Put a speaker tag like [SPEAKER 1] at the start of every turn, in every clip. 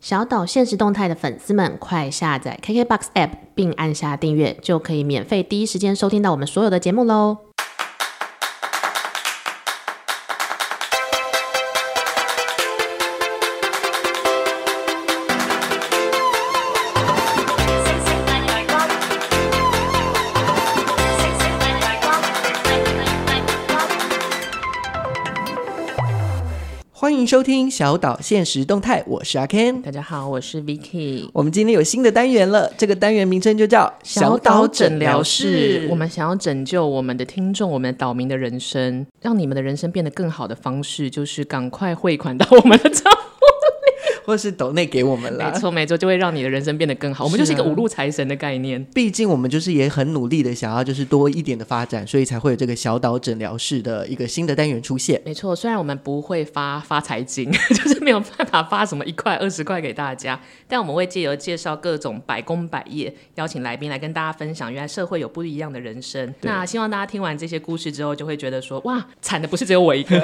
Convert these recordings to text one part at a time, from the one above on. [SPEAKER 1] 小岛现实动态的粉丝们，快下载 KKBOX App 并按下订阅，就可以免费第一时间收听到我们所有的节目喽。
[SPEAKER 2] 星星發亮光，星星發亮光，發亮光。
[SPEAKER 3] 欢迎收听小岛现实动态，我是阿 Ken。
[SPEAKER 4] 大家好，我是 Vicky。
[SPEAKER 3] 我们今天有新的单元了，这个单元名称就叫“
[SPEAKER 4] 我们想要拯救我们的听众，我们岛民的人生，让你们的人生变得更好的方式，就是赶快汇款到我们的账户。
[SPEAKER 3] 或是抖内给我们
[SPEAKER 4] 没
[SPEAKER 3] 啦。
[SPEAKER 4] 错，没错，就会让你的人生变得更好。我们就是一个啊五路财神的概念。
[SPEAKER 3] 毕竟我们就是也很努力的想要就是多一点的发展，所以才会有这个小岛诊疗室的一个新的单元出 现。
[SPEAKER 4] 没错，虽然我们不会发发财金， 就是没有办法发什么一块、二十块给大家，但我们会借由介绍各种百工百业，邀请来宾来跟大家分享，原来社会有不一样的人生。那希望大家听完这些故事之后，就会觉得说，哇，惨的不是只有我一个，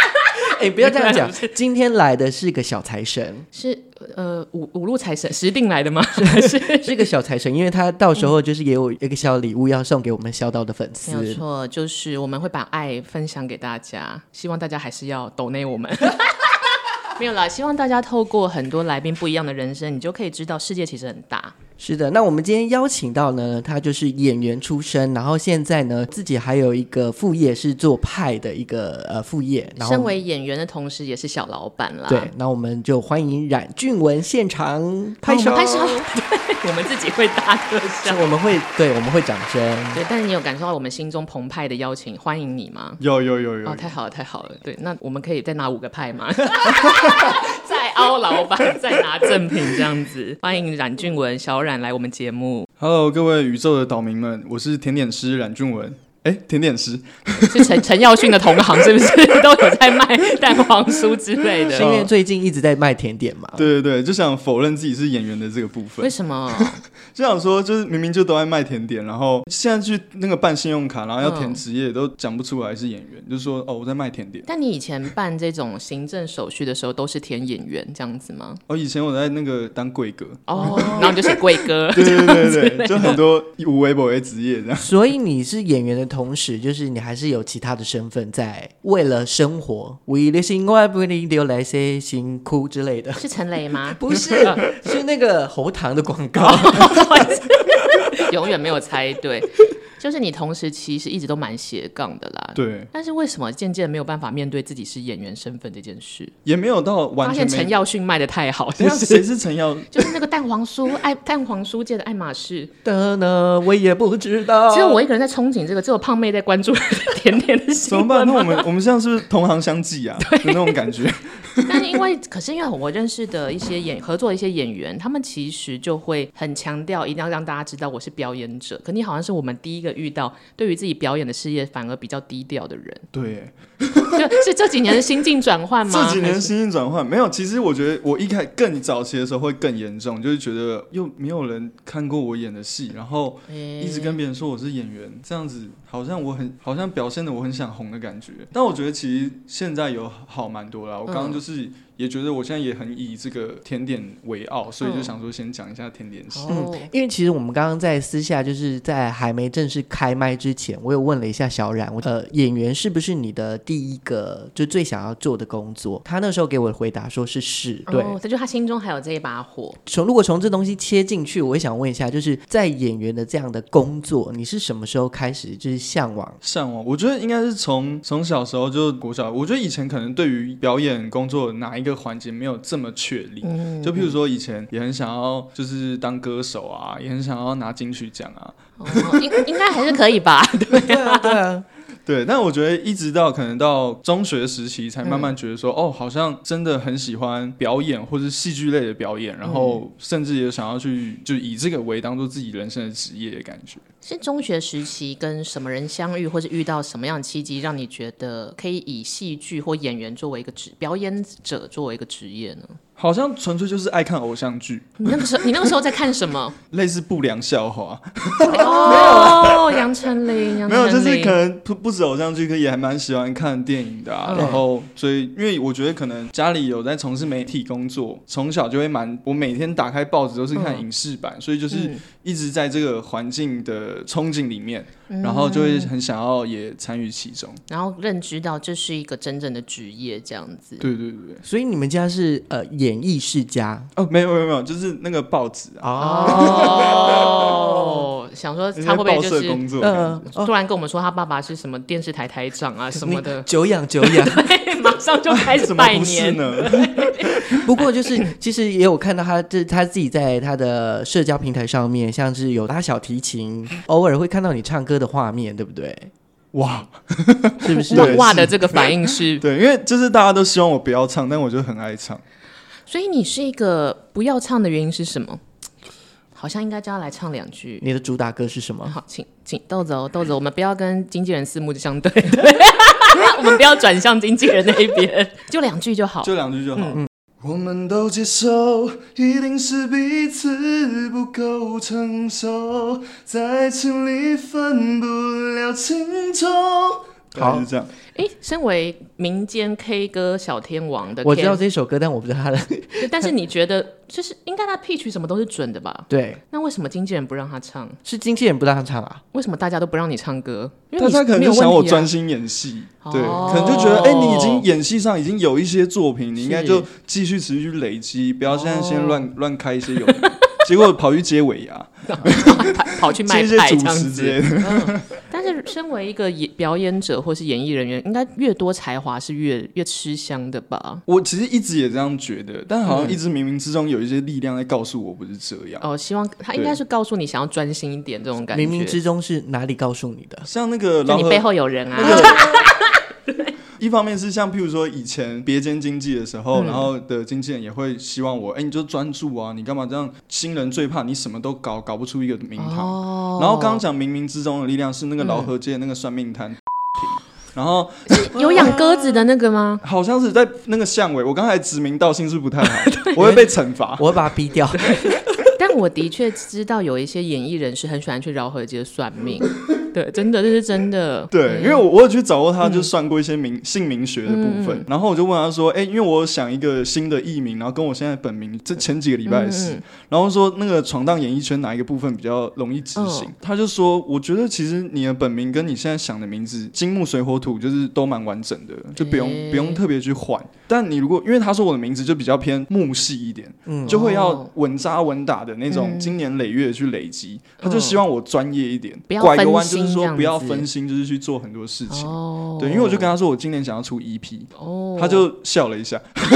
[SPEAKER 3] 哎，不要这样讲
[SPEAKER 4] 不是，
[SPEAKER 3] 今天来的是个小财神，
[SPEAKER 4] 是呃五五路财神石定来的吗？还是
[SPEAKER 3] 是个小财神，因为他到时候就是也有一个小礼物要送给我们小岛的粉
[SPEAKER 4] 没有
[SPEAKER 3] 丝。
[SPEAKER 4] 错，就是我们会把爱分享给大家，希望大家还是要抖内我们。 没有啦，希望大家透过很多来宾不一样的人生，你就可以知道世界其实很大。
[SPEAKER 3] 是的，那我们今天邀请到呢，他就是演员出身，然后现在呢自己还有一个副业是做派的一个呃副业，然后
[SPEAKER 4] 身为演员的同时，也是小老板啦。
[SPEAKER 3] 对，那我们就欢迎冉俊文现场拍手，
[SPEAKER 4] 我们拍手， 对，我们自己会大特
[SPEAKER 3] 是
[SPEAKER 4] 效。
[SPEAKER 3] 我们会对我们会掌声。
[SPEAKER 4] 对，但你有感受到我们心中澎湃的邀请，欢迎你吗？
[SPEAKER 5] 有有有有
[SPEAKER 4] 哦，太好了，太好了。对，那我们可以再拿五个派吗？ 再凹老 板，再拿赠品这样子。欢迎冉俊文、小冉来我们节目，
[SPEAKER 5] Hello，各位宇宙的岛民们，我是甜点师冉俊文。哎，甜点师，
[SPEAKER 4] 是陈陈耀迅的同行，是不是 都有在 卖蛋黄酥之类
[SPEAKER 3] 是因
[SPEAKER 4] 的？哦
[SPEAKER 3] 为最近一直在卖甜点嘛？
[SPEAKER 5] 对对对，就想否认自己是演员的这个部
[SPEAKER 4] 为
[SPEAKER 5] 分，
[SPEAKER 4] 什么？
[SPEAKER 5] 就想说就是明明就都在卖甜点，然后现在去那个办信用卡，然后要填
[SPEAKER 4] 嗯
[SPEAKER 5] 职业都讲不出来是演员，就说哦我在卖甜点。
[SPEAKER 4] 但你以前办这种行政手续的时候，都是填演员这样子吗？
[SPEAKER 5] 哦，以前我在那个当 柜哥，
[SPEAKER 4] 哦，然后你就是贵哥，
[SPEAKER 5] 对对对对，就很多无微博的职业这样。
[SPEAKER 3] 所以你是演员的同时，就是你还是有其他的身份在，为了生活，为了生活，不能留来些辛苦之类的。
[SPEAKER 4] 是陈雷吗？
[SPEAKER 3] 不是， 是那个喉糖的广 告。
[SPEAKER 4] 永远没有猜对，就是你同时其实一直都蛮斜杠的啦。
[SPEAKER 5] 对，
[SPEAKER 4] 但是为什么渐渐没有办法面对自己是演员身份这件事？
[SPEAKER 5] 也没有到
[SPEAKER 4] 发
[SPEAKER 5] 完全
[SPEAKER 4] 现陈
[SPEAKER 5] 没。
[SPEAKER 4] 耀迅卖的太好，
[SPEAKER 5] 等
[SPEAKER 4] 就
[SPEAKER 5] 一下谁
[SPEAKER 4] 是
[SPEAKER 5] 是陈耀？
[SPEAKER 4] 就是那个蛋黄酥，爱蛋黄酥界的爱马仕。
[SPEAKER 3] 的呢，我也不知
[SPEAKER 5] 哦
[SPEAKER 3] 道。
[SPEAKER 4] 只有我一个人在憧憬这个，只有胖妹在关注甜甜的
[SPEAKER 5] 怎么
[SPEAKER 4] 新
[SPEAKER 5] 办？
[SPEAKER 4] 闻
[SPEAKER 5] 那。我们我们现在是不是同行相忌啊？有那种感觉。
[SPEAKER 4] 但是因为，可是因为我认识的一些演合作的一些演员，他们其实就会很强调一定要让大家知道我是表演者。可你好像是我们第一个遇到对于自己表演的事业反而比较低调的人，
[SPEAKER 5] 对，
[SPEAKER 4] 就是这几年的心境转换吗？
[SPEAKER 5] 这几
[SPEAKER 4] 还
[SPEAKER 5] 年
[SPEAKER 4] 是
[SPEAKER 5] 心境转换没有，其实我觉得我一开更早期的时候会更严重，就是觉得又没有人看过我演的戏，然后
[SPEAKER 4] 哎
[SPEAKER 5] 一直跟别人说我是演员，这样子好像我很好像表现的我很想红的感觉。但我觉得其实现在有好蛮多啦，我刚刚就是也觉得我现在也很以这个甜点为傲，所以就想说先讲一下甜点系。
[SPEAKER 4] 哦，
[SPEAKER 3] 因为其实我们刚刚在私下，就是在还没正式开麦之前，我有问了一下小冉，我呃，演员是不是你的第一个就最想要做的工作？他那时候给我的回答说是是，对。
[SPEAKER 4] 哦，他就他心中还有这一把火。
[SPEAKER 3] 从如果从这东西切进去，我也想问一下，就是在演员的这样的工作，你是什么时候开始就是向往？
[SPEAKER 5] 向往，我觉得应该是从从小时候就国小，我觉得以前可能对于表演工作哪一个环节没有这么确立，就譬如说以前也很想要就是当歌手啊，也很想要拿金曲奖啊，
[SPEAKER 4] 哦，应应该还是可以吧？
[SPEAKER 3] 对啊，对啊，
[SPEAKER 5] 对，但我觉得一直到可能到中学时期，才慢慢觉得说，哦，好像真的很喜欢表演或是戏剧类的表演，然后甚至也想要去就以这个为当做自己人生的职业的感觉。
[SPEAKER 4] 是中学时期跟什么人相遇，或是遇到什么样的契机，让你觉得可以以戏剧或演员作为一个职表演者作为一个职业呢？
[SPEAKER 5] 好像纯粹就是爱看偶像剧，
[SPEAKER 4] 你那个时候，你那个时候在看什 么？
[SPEAKER 5] 类似不良笑话，
[SPEAKER 4] 哦，杨丞琳，杨
[SPEAKER 5] 没有，就
[SPEAKER 4] 丞
[SPEAKER 5] 是
[SPEAKER 4] 琳
[SPEAKER 5] 可能不不止偶像剧，可也还蛮喜欢看电影的啊。
[SPEAKER 4] 嗯
[SPEAKER 5] 然后，所以因为我觉得可能家里有在从事媒体工作，从小就会蛮，我每天打开报纸都是看
[SPEAKER 4] 嗯
[SPEAKER 5] 影视版，所以就是
[SPEAKER 4] 嗯
[SPEAKER 5] 一直在这个环境的憧憬里面，
[SPEAKER 4] 嗯
[SPEAKER 5] 然后就会很想要也参与其中。
[SPEAKER 4] 然后认知到这是一个真正的职业，这样子。
[SPEAKER 5] 对对对对，
[SPEAKER 3] 所以你们家是呃演艺世家
[SPEAKER 5] 哦，没有没有没有，就是那个报纸啊，
[SPEAKER 3] 哦，
[SPEAKER 4] 哦，想说
[SPEAKER 5] 人
[SPEAKER 4] 他会不会
[SPEAKER 5] 报
[SPEAKER 4] 就
[SPEAKER 5] 社
[SPEAKER 4] 是
[SPEAKER 5] 工作的感觉，
[SPEAKER 3] 呃哦，
[SPEAKER 4] 突然跟我们说他爸爸是什么电视台台长 啊什么的
[SPEAKER 3] 久仰久仰。
[SPEAKER 4] 马上就开 始
[SPEAKER 5] 怎么
[SPEAKER 4] 拜
[SPEAKER 5] 不是
[SPEAKER 4] 年。
[SPEAKER 5] 呢？
[SPEAKER 3] 不过就是，其实也有看到他，这他自己在他的社交平台上面，像是有拉小提琴，
[SPEAKER 4] 嗯
[SPEAKER 3] 偶尔会看到你唱歌的画面，对不对？
[SPEAKER 5] 哇，
[SPEAKER 3] 是不是？
[SPEAKER 4] 哇
[SPEAKER 5] 对
[SPEAKER 4] 哇
[SPEAKER 5] 是
[SPEAKER 4] 的这个反应是，
[SPEAKER 5] 对，因为就是大家都希望我不要唱，但我就很爱唱。
[SPEAKER 4] 所以你是一个不要唱的原因是什么？好像应该叫他来唱两句。
[SPEAKER 3] 你的主打歌是什么？
[SPEAKER 4] 好，请请豆子哦，豆子，我们不要跟经纪人四目相 对，我们不要转向经纪人那一边， 就两句就好。嗯
[SPEAKER 5] 就两句就好。我们都接受，一定是彼此不够成熟，在情里分不了轻重。
[SPEAKER 3] 好
[SPEAKER 5] 大概是这样。
[SPEAKER 4] 诶，身为民间 K 歌小天王的 Ken，
[SPEAKER 3] 我知道这首歌，但我不知道他的。？
[SPEAKER 4] 对但是你觉得就是应该他 pitch 什么都是准的吧
[SPEAKER 3] 对，
[SPEAKER 4] 那为什么经纪人不让他唱？
[SPEAKER 3] 是经纪人不让他唱啊。
[SPEAKER 4] 为什么大家都不让你唱歌？因为
[SPEAKER 5] 大
[SPEAKER 4] 你
[SPEAKER 5] 家可能
[SPEAKER 4] 没有
[SPEAKER 5] 就
[SPEAKER 4] 问
[SPEAKER 5] 想我
[SPEAKER 4] 题啊
[SPEAKER 5] 专心演戏，对，
[SPEAKER 4] 哦
[SPEAKER 5] 可能就觉得，哎、你已经演戏上已经有一些作品，你应该
[SPEAKER 4] 是哦
[SPEAKER 5] 就继续持续累积，不要现在先乱 乱、开一些有的没的，结果跑去接尾牙，
[SPEAKER 4] 跑 跑去 卖
[SPEAKER 5] 接一些
[SPEAKER 4] 派这
[SPEAKER 5] 主
[SPEAKER 4] 样
[SPEAKER 5] 持之
[SPEAKER 4] 子。
[SPEAKER 5] 类的。
[SPEAKER 4] 但是身为一个演表演者或是演艺人员，应该越多才华是越越吃香的吧？
[SPEAKER 5] 我其实一直也这样觉得，但好
[SPEAKER 4] 嗯
[SPEAKER 5] 像一直冥冥之中有一些力量在告诉我不是这样。
[SPEAKER 4] 哦，希望他应该是告诉你想要专心一点这种感觉。
[SPEAKER 3] 冥冥之中是哪里告诉你的？
[SPEAKER 5] 像那个
[SPEAKER 4] 就
[SPEAKER 5] 老
[SPEAKER 4] 你
[SPEAKER 5] 何
[SPEAKER 4] 背后有人啊，
[SPEAKER 5] 一方面是像譬如说以前别间经纪的时候，
[SPEAKER 4] 嗯
[SPEAKER 5] 然后的经纪人也会希望我，哎、你就专注啊，你干嘛这样？新人最怕你什么都搞，搞不出一个名堂。
[SPEAKER 4] 哦
[SPEAKER 5] 然后刚刚讲冥冥之中的力量是那个老河街的那个算 命摊、然后
[SPEAKER 1] 有养鸽子的那个吗？
[SPEAKER 5] 好像是在那个巷尾，我刚才指名道姓是不太好， 我会被惩罚。
[SPEAKER 3] 我会把他逼掉。
[SPEAKER 4] 但我的确知道有一些演艺人士很喜欢去饶河街算 命，对，真的这是真的。嗯
[SPEAKER 5] 对，因为我我有去找过他，就算过一些名姓名学的部
[SPEAKER 4] 嗯
[SPEAKER 5] 分，然后我就问他说，哎、因为我想一个新的艺名，然后跟我现在本名，这前几个礼拜的
[SPEAKER 4] 嗯
[SPEAKER 5] 事，然后说那个闯荡演艺圈哪一个部分比较容易执行，
[SPEAKER 4] 嗯
[SPEAKER 5] 他就说，我觉得其实你的本名跟你现在想的名字金木水火土就是都蛮完整的，就不用、
[SPEAKER 4] 诶
[SPEAKER 5] 不用特别去换。但你如果因为他说我的名字就比较偏木系一点，就会要
[SPEAKER 4] 哦嗯
[SPEAKER 5] 稳扎稳打的那种，经年累月地去累积，他就希望我专业一点，
[SPEAKER 4] 不要
[SPEAKER 5] 拐个
[SPEAKER 4] 分
[SPEAKER 5] 弯就是
[SPEAKER 4] 心这
[SPEAKER 5] 说
[SPEAKER 4] 样
[SPEAKER 5] 不要
[SPEAKER 4] 子
[SPEAKER 5] 分心，就是去做很多事情。
[SPEAKER 4] 哦，
[SPEAKER 5] 对，因为我就跟他说我今年想要出 EP，、
[SPEAKER 4] 哦，
[SPEAKER 5] 他就笑了一下。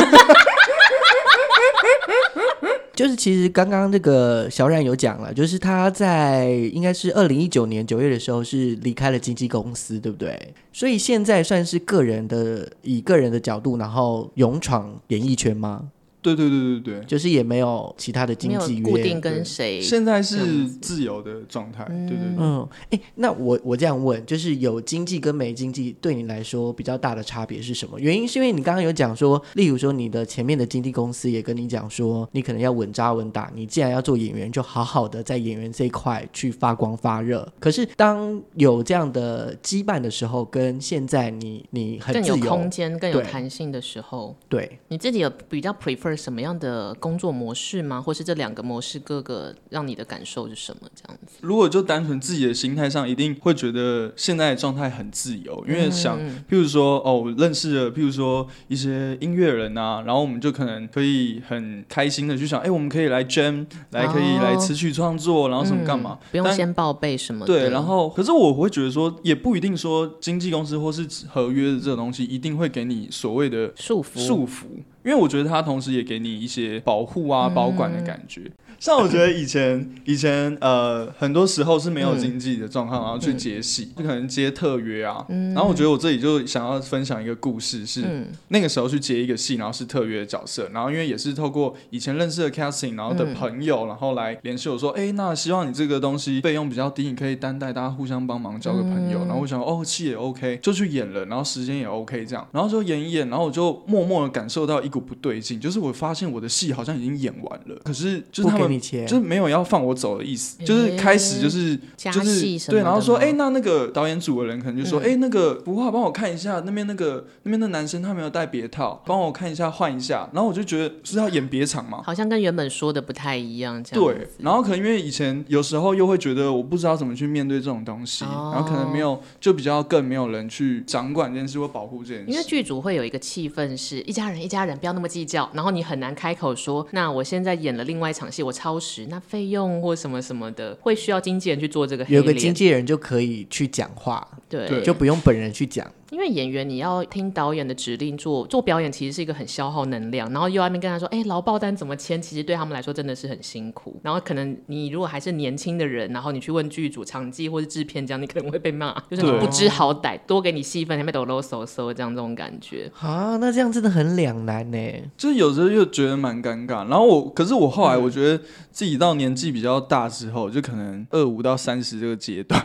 [SPEAKER 3] 就是其实刚刚那个小冉有讲了，就是他在应该是二零一九年九月的时候是离开了经纪公司，对不对？所以现在算是个人的，以个人的角度，然后勇闯演艺圈吗？
[SPEAKER 5] 对对对对对，
[SPEAKER 3] 就是也没有其他的经
[SPEAKER 4] 没有
[SPEAKER 3] 纪约，
[SPEAKER 4] 固定跟谁，
[SPEAKER 5] 现在是自由的状态。对对对，
[SPEAKER 3] 嗯，哎，那我我这样问，就是有经济跟没经济对你来说比较大的差别是什么？原因是因为你刚刚有讲说，例如说你的前面的经纪公司也跟你讲说，你可能要稳扎稳打，你既然要做演员，就好好的在演员这一块去发光发热。可是当有这样的羁绊的时候，跟现在你你很
[SPEAKER 4] 更
[SPEAKER 3] 自
[SPEAKER 4] 有
[SPEAKER 3] 由
[SPEAKER 4] 空，间、更有
[SPEAKER 3] 对
[SPEAKER 4] 弹性的时候，
[SPEAKER 3] 对，
[SPEAKER 4] 你自己有比较 prefer 什么样的工作模式吗？或是这两个模式各个让你的感受是什么？这样子，
[SPEAKER 5] 如果就单纯自己的心态上，一定会觉得现在的状态很自由，因为
[SPEAKER 4] 嗯
[SPEAKER 5] 想，譬如说哦，我认识了，譬如说一些音乐人啊，然后我们就可能可以很开心的去想，哎、我们可以来 jam，来可以
[SPEAKER 4] 哦
[SPEAKER 5] 来词曲创作，然后什么干嘛
[SPEAKER 4] 嗯？不用
[SPEAKER 5] 但
[SPEAKER 4] 先报备什么的。
[SPEAKER 5] 对，然后可是我会觉得说，也不一定说经纪公司或是合约的这种东西一定会给你所谓的
[SPEAKER 4] 束缚
[SPEAKER 5] 束缚，因为我觉得它同时也给你一些保护啊、保管的感觉。像我觉得以前以前呃，很多时候是没有经纪的状况，然后去接戏，就可能接特约啊。然后我觉得我这里就想要分享一个故事是。那个时候去接一个戏，然后是特约的角色，然后因为也是透过以前认识的 casting，然后的朋友，然后来联系我说，哎、那希望你这个东西费用比较低，你可以担待，大家互相帮忙，交个朋友。
[SPEAKER 3] 嗯
[SPEAKER 5] 然后我想，哦，戏也 OK，就去演了，然后时间也 OK，这样，然后就演一演，然后我就默默的感受到一一股不对劲，就是我发现我的戏好像已经演完了，可是就是
[SPEAKER 3] 不
[SPEAKER 5] 他
[SPEAKER 3] 给
[SPEAKER 5] 们
[SPEAKER 3] 你钱，
[SPEAKER 5] 就是没有要放我走的意思，就是开始就是
[SPEAKER 1] 加
[SPEAKER 5] 就
[SPEAKER 1] 戏
[SPEAKER 5] 是
[SPEAKER 1] 什么
[SPEAKER 5] 对，
[SPEAKER 1] 的
[SPEAKER 5] 然后说，
[SPEAKER 1] 吗
[SPEAKER 5] 哎、那那个导演组的人可能就说，哎、那个吴浩帮我看一下那边那个那边的男生他没有带别套，帮我看一下换一下，然后我就觉得是要演别场嘛。
[SPEAKER 4] 好像跟原本说的不太一样，这样
[SPEAKER 5] 对，然后可能因为以前有时候又会觉得我不知道怎么去面对这种东西，
[SPEAKER 4] 哦
[SPEAKER 5] 然后可能没有就比较更没有人去掌管这件事或保护这件
[SPEAKER 4] 因为
[SPEAKER 5] 事。
[SPEAKER 4] 剧组会有一个气氛是一家人一家人不要那么计较，然后你很难开口说，那我现在演了另外一场戏，我超时，那费用或什么什么的，会需要经纪人去做这个黑
[SPEAKER 3] 有个
[SPEAKER 4] 脸
[SPEAKER 3] 经纪人就可以去讲话，
[SPEAKER 4] 对，
[SPEAKER 5] 对
[SPEAKER 3] 就不用本人去讲。
[SPEAKER 4] 因为演员你要听导演的指令做做表演，其实是一个很消耗能量，然后又要在那边跟他说，哎、劳报单怎么签？其实对他们来说真的是很辛苦。然后可能你如果还是年轻的人，然后你去问剧组、场记或是制片这样，你可能会被骂，就是你
[SPEAKER 5] 对
[SPEAKER 4] 不知好歹，多给你戏份，还没抖啰嗦嗦这样这种感觉。
[SPEAKER 3] 啊，那这样真的很两难呢。
[SPEAKER 5] 就是有时候又觉得蛮尴尬，然后我，可是我后来我觉得自己到年纪比较大之后，就可能二五到三十这个阶段，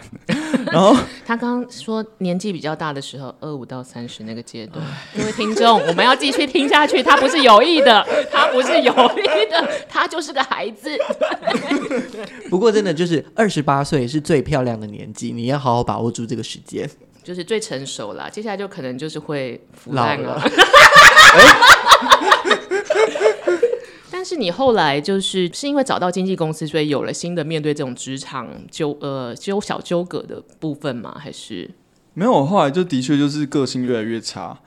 [SPEAKER 5] 然后
[SPEAKER 4] 他刚刚说年纪比较大的时候，二五到三十那个阶段，各位听众，我们要继续听下去，他不是有意的，他不是有意的，他就是个孩子。
[SPEAKER 3] 不过真的就是二十八岁是最漂亮的年纪，你要好好把握住这个时间。
[SPEAKER 4] 就是最成熟啦，接下来就可能就是会腐
[SPEAKER 3] 老
[SPEAKER 4] 烂
[SPEAKER 3] 了
[SPEAKER 4] 啊。 但是你后来就是是因为找到经纪公司，所以有了新的面对这种职场纠呃纠小纠葛的部分吗？还 是
[SPEAKER 5] 没有，我后来就的确就是个性越来越差，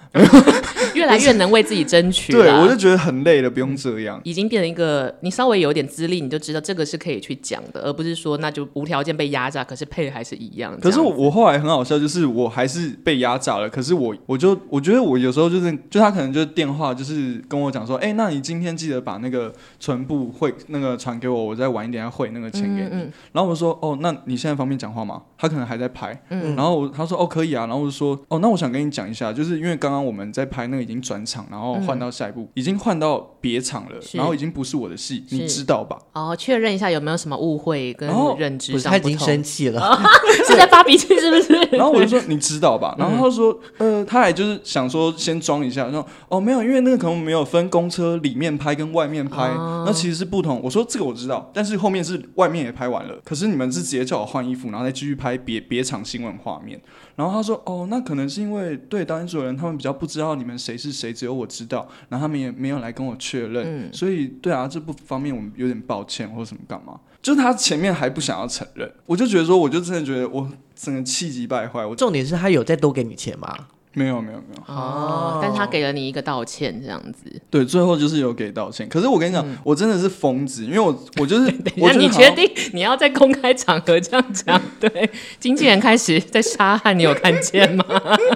[SPEAKER 4] 越来越能为自己争取啦？
[SPEAKER 5] 对我就觉得很累了，不用这样。
[SPEAKER 4] 已经变成一个，你稍微有点资历，你就知道这个是可以去讲的，而不是说那就无条件被压榨，可是配还是一样。
[SPEAKER 5] 可是
[SPEAKER 4] 这
[SPEAKER 5] 我
[SPEAKER 4] 样
[SPEAKER 5] 我后来很好笑，就是我还是被压榨了。可是我我就我觉得我有时候就是，就他可能就电话就是跟我讲说，哎、那你今天记得把那个存部汇那个传给我，我再晚一点再汇那个钱给
[SPEAKER 4] 嗯
[SPEAKER 5] 你。然后我说，哦，那你现在方便讲话吗？他可能还在拍。
[SPEAKER 4] 嗯
[SPEAKER 5] 然后我他说，哦，可以啊。然后我就说，哦，那我想跟你讲一下，就是因为刚刚我们在拍那个已经转场，然后换到下一部，已经换到别场了，
[SPEAKER 4] 嗯是
[SPEAKER 5] 然后已经不是我的戏，
[SPEAKER 4] 是
[SPEAKER 5] 你知道吧？
[SPEAKER 4] 哦，确认一下有没有什么误会跟
[SPEAKER 5] 然后
[SPEAKER 4] 认
[SPEAKER 3] 不
[SPEAKER 4] 知
[SPEAKER 3] 是
[SPEAKER 4] 上
[SPEAKER 3] 他已
[SPEAKER 4] 不
[SPEAKER 3] 经
[SPEAKER 4] 同，
[SPEAKER 3] 生气 了，
[SPEAKER 4] 是在发脾气是不是？
[SPEAKER 5] 然后我就说你知道吧，然后他就说呃，他还就是想说先装一下，说哦没有，因为那个可能我们没有分公车里面拍跟外面拍，那其实是不同。我说这个我知道，但是后面是外面也拍完了，可是你们是直接叫我换衣服，然后再继续拍别别场新闻画面。然后他说哦，那可能是因为对导演组的人他们比较不知道你们谁是谁，只有我知道，然后他们也没有来跟我确认，所以对啊这不方面我们有点抱歉或什么干嘛。就是他前面还不想要承认，我就觉得说，我就真的觉得我整个气急败坏，我
[SPEAKER 3] 重点是他有再多给你钱吗？
[SPEAKER 5] 没有没有没有，
[SPEAKER 4] 哦，但是他给了你一个道歉，这样子。
[SPEAKER 5] 对，最后就是有给道歉。可是我跟你讲，我真的是疯子，因为我我就是 我
[SPEAKER 4] 那
[SPEAKER 5] 觉得
[SPEAKER 4] 你
[SPEAKER 5] 好
[SPEAKER 4] 决
[SPEAKER 5] 像
[SPEAKER 4] 定你要在公开场合这样讲，对经纪人开始在杀害你有看见吗？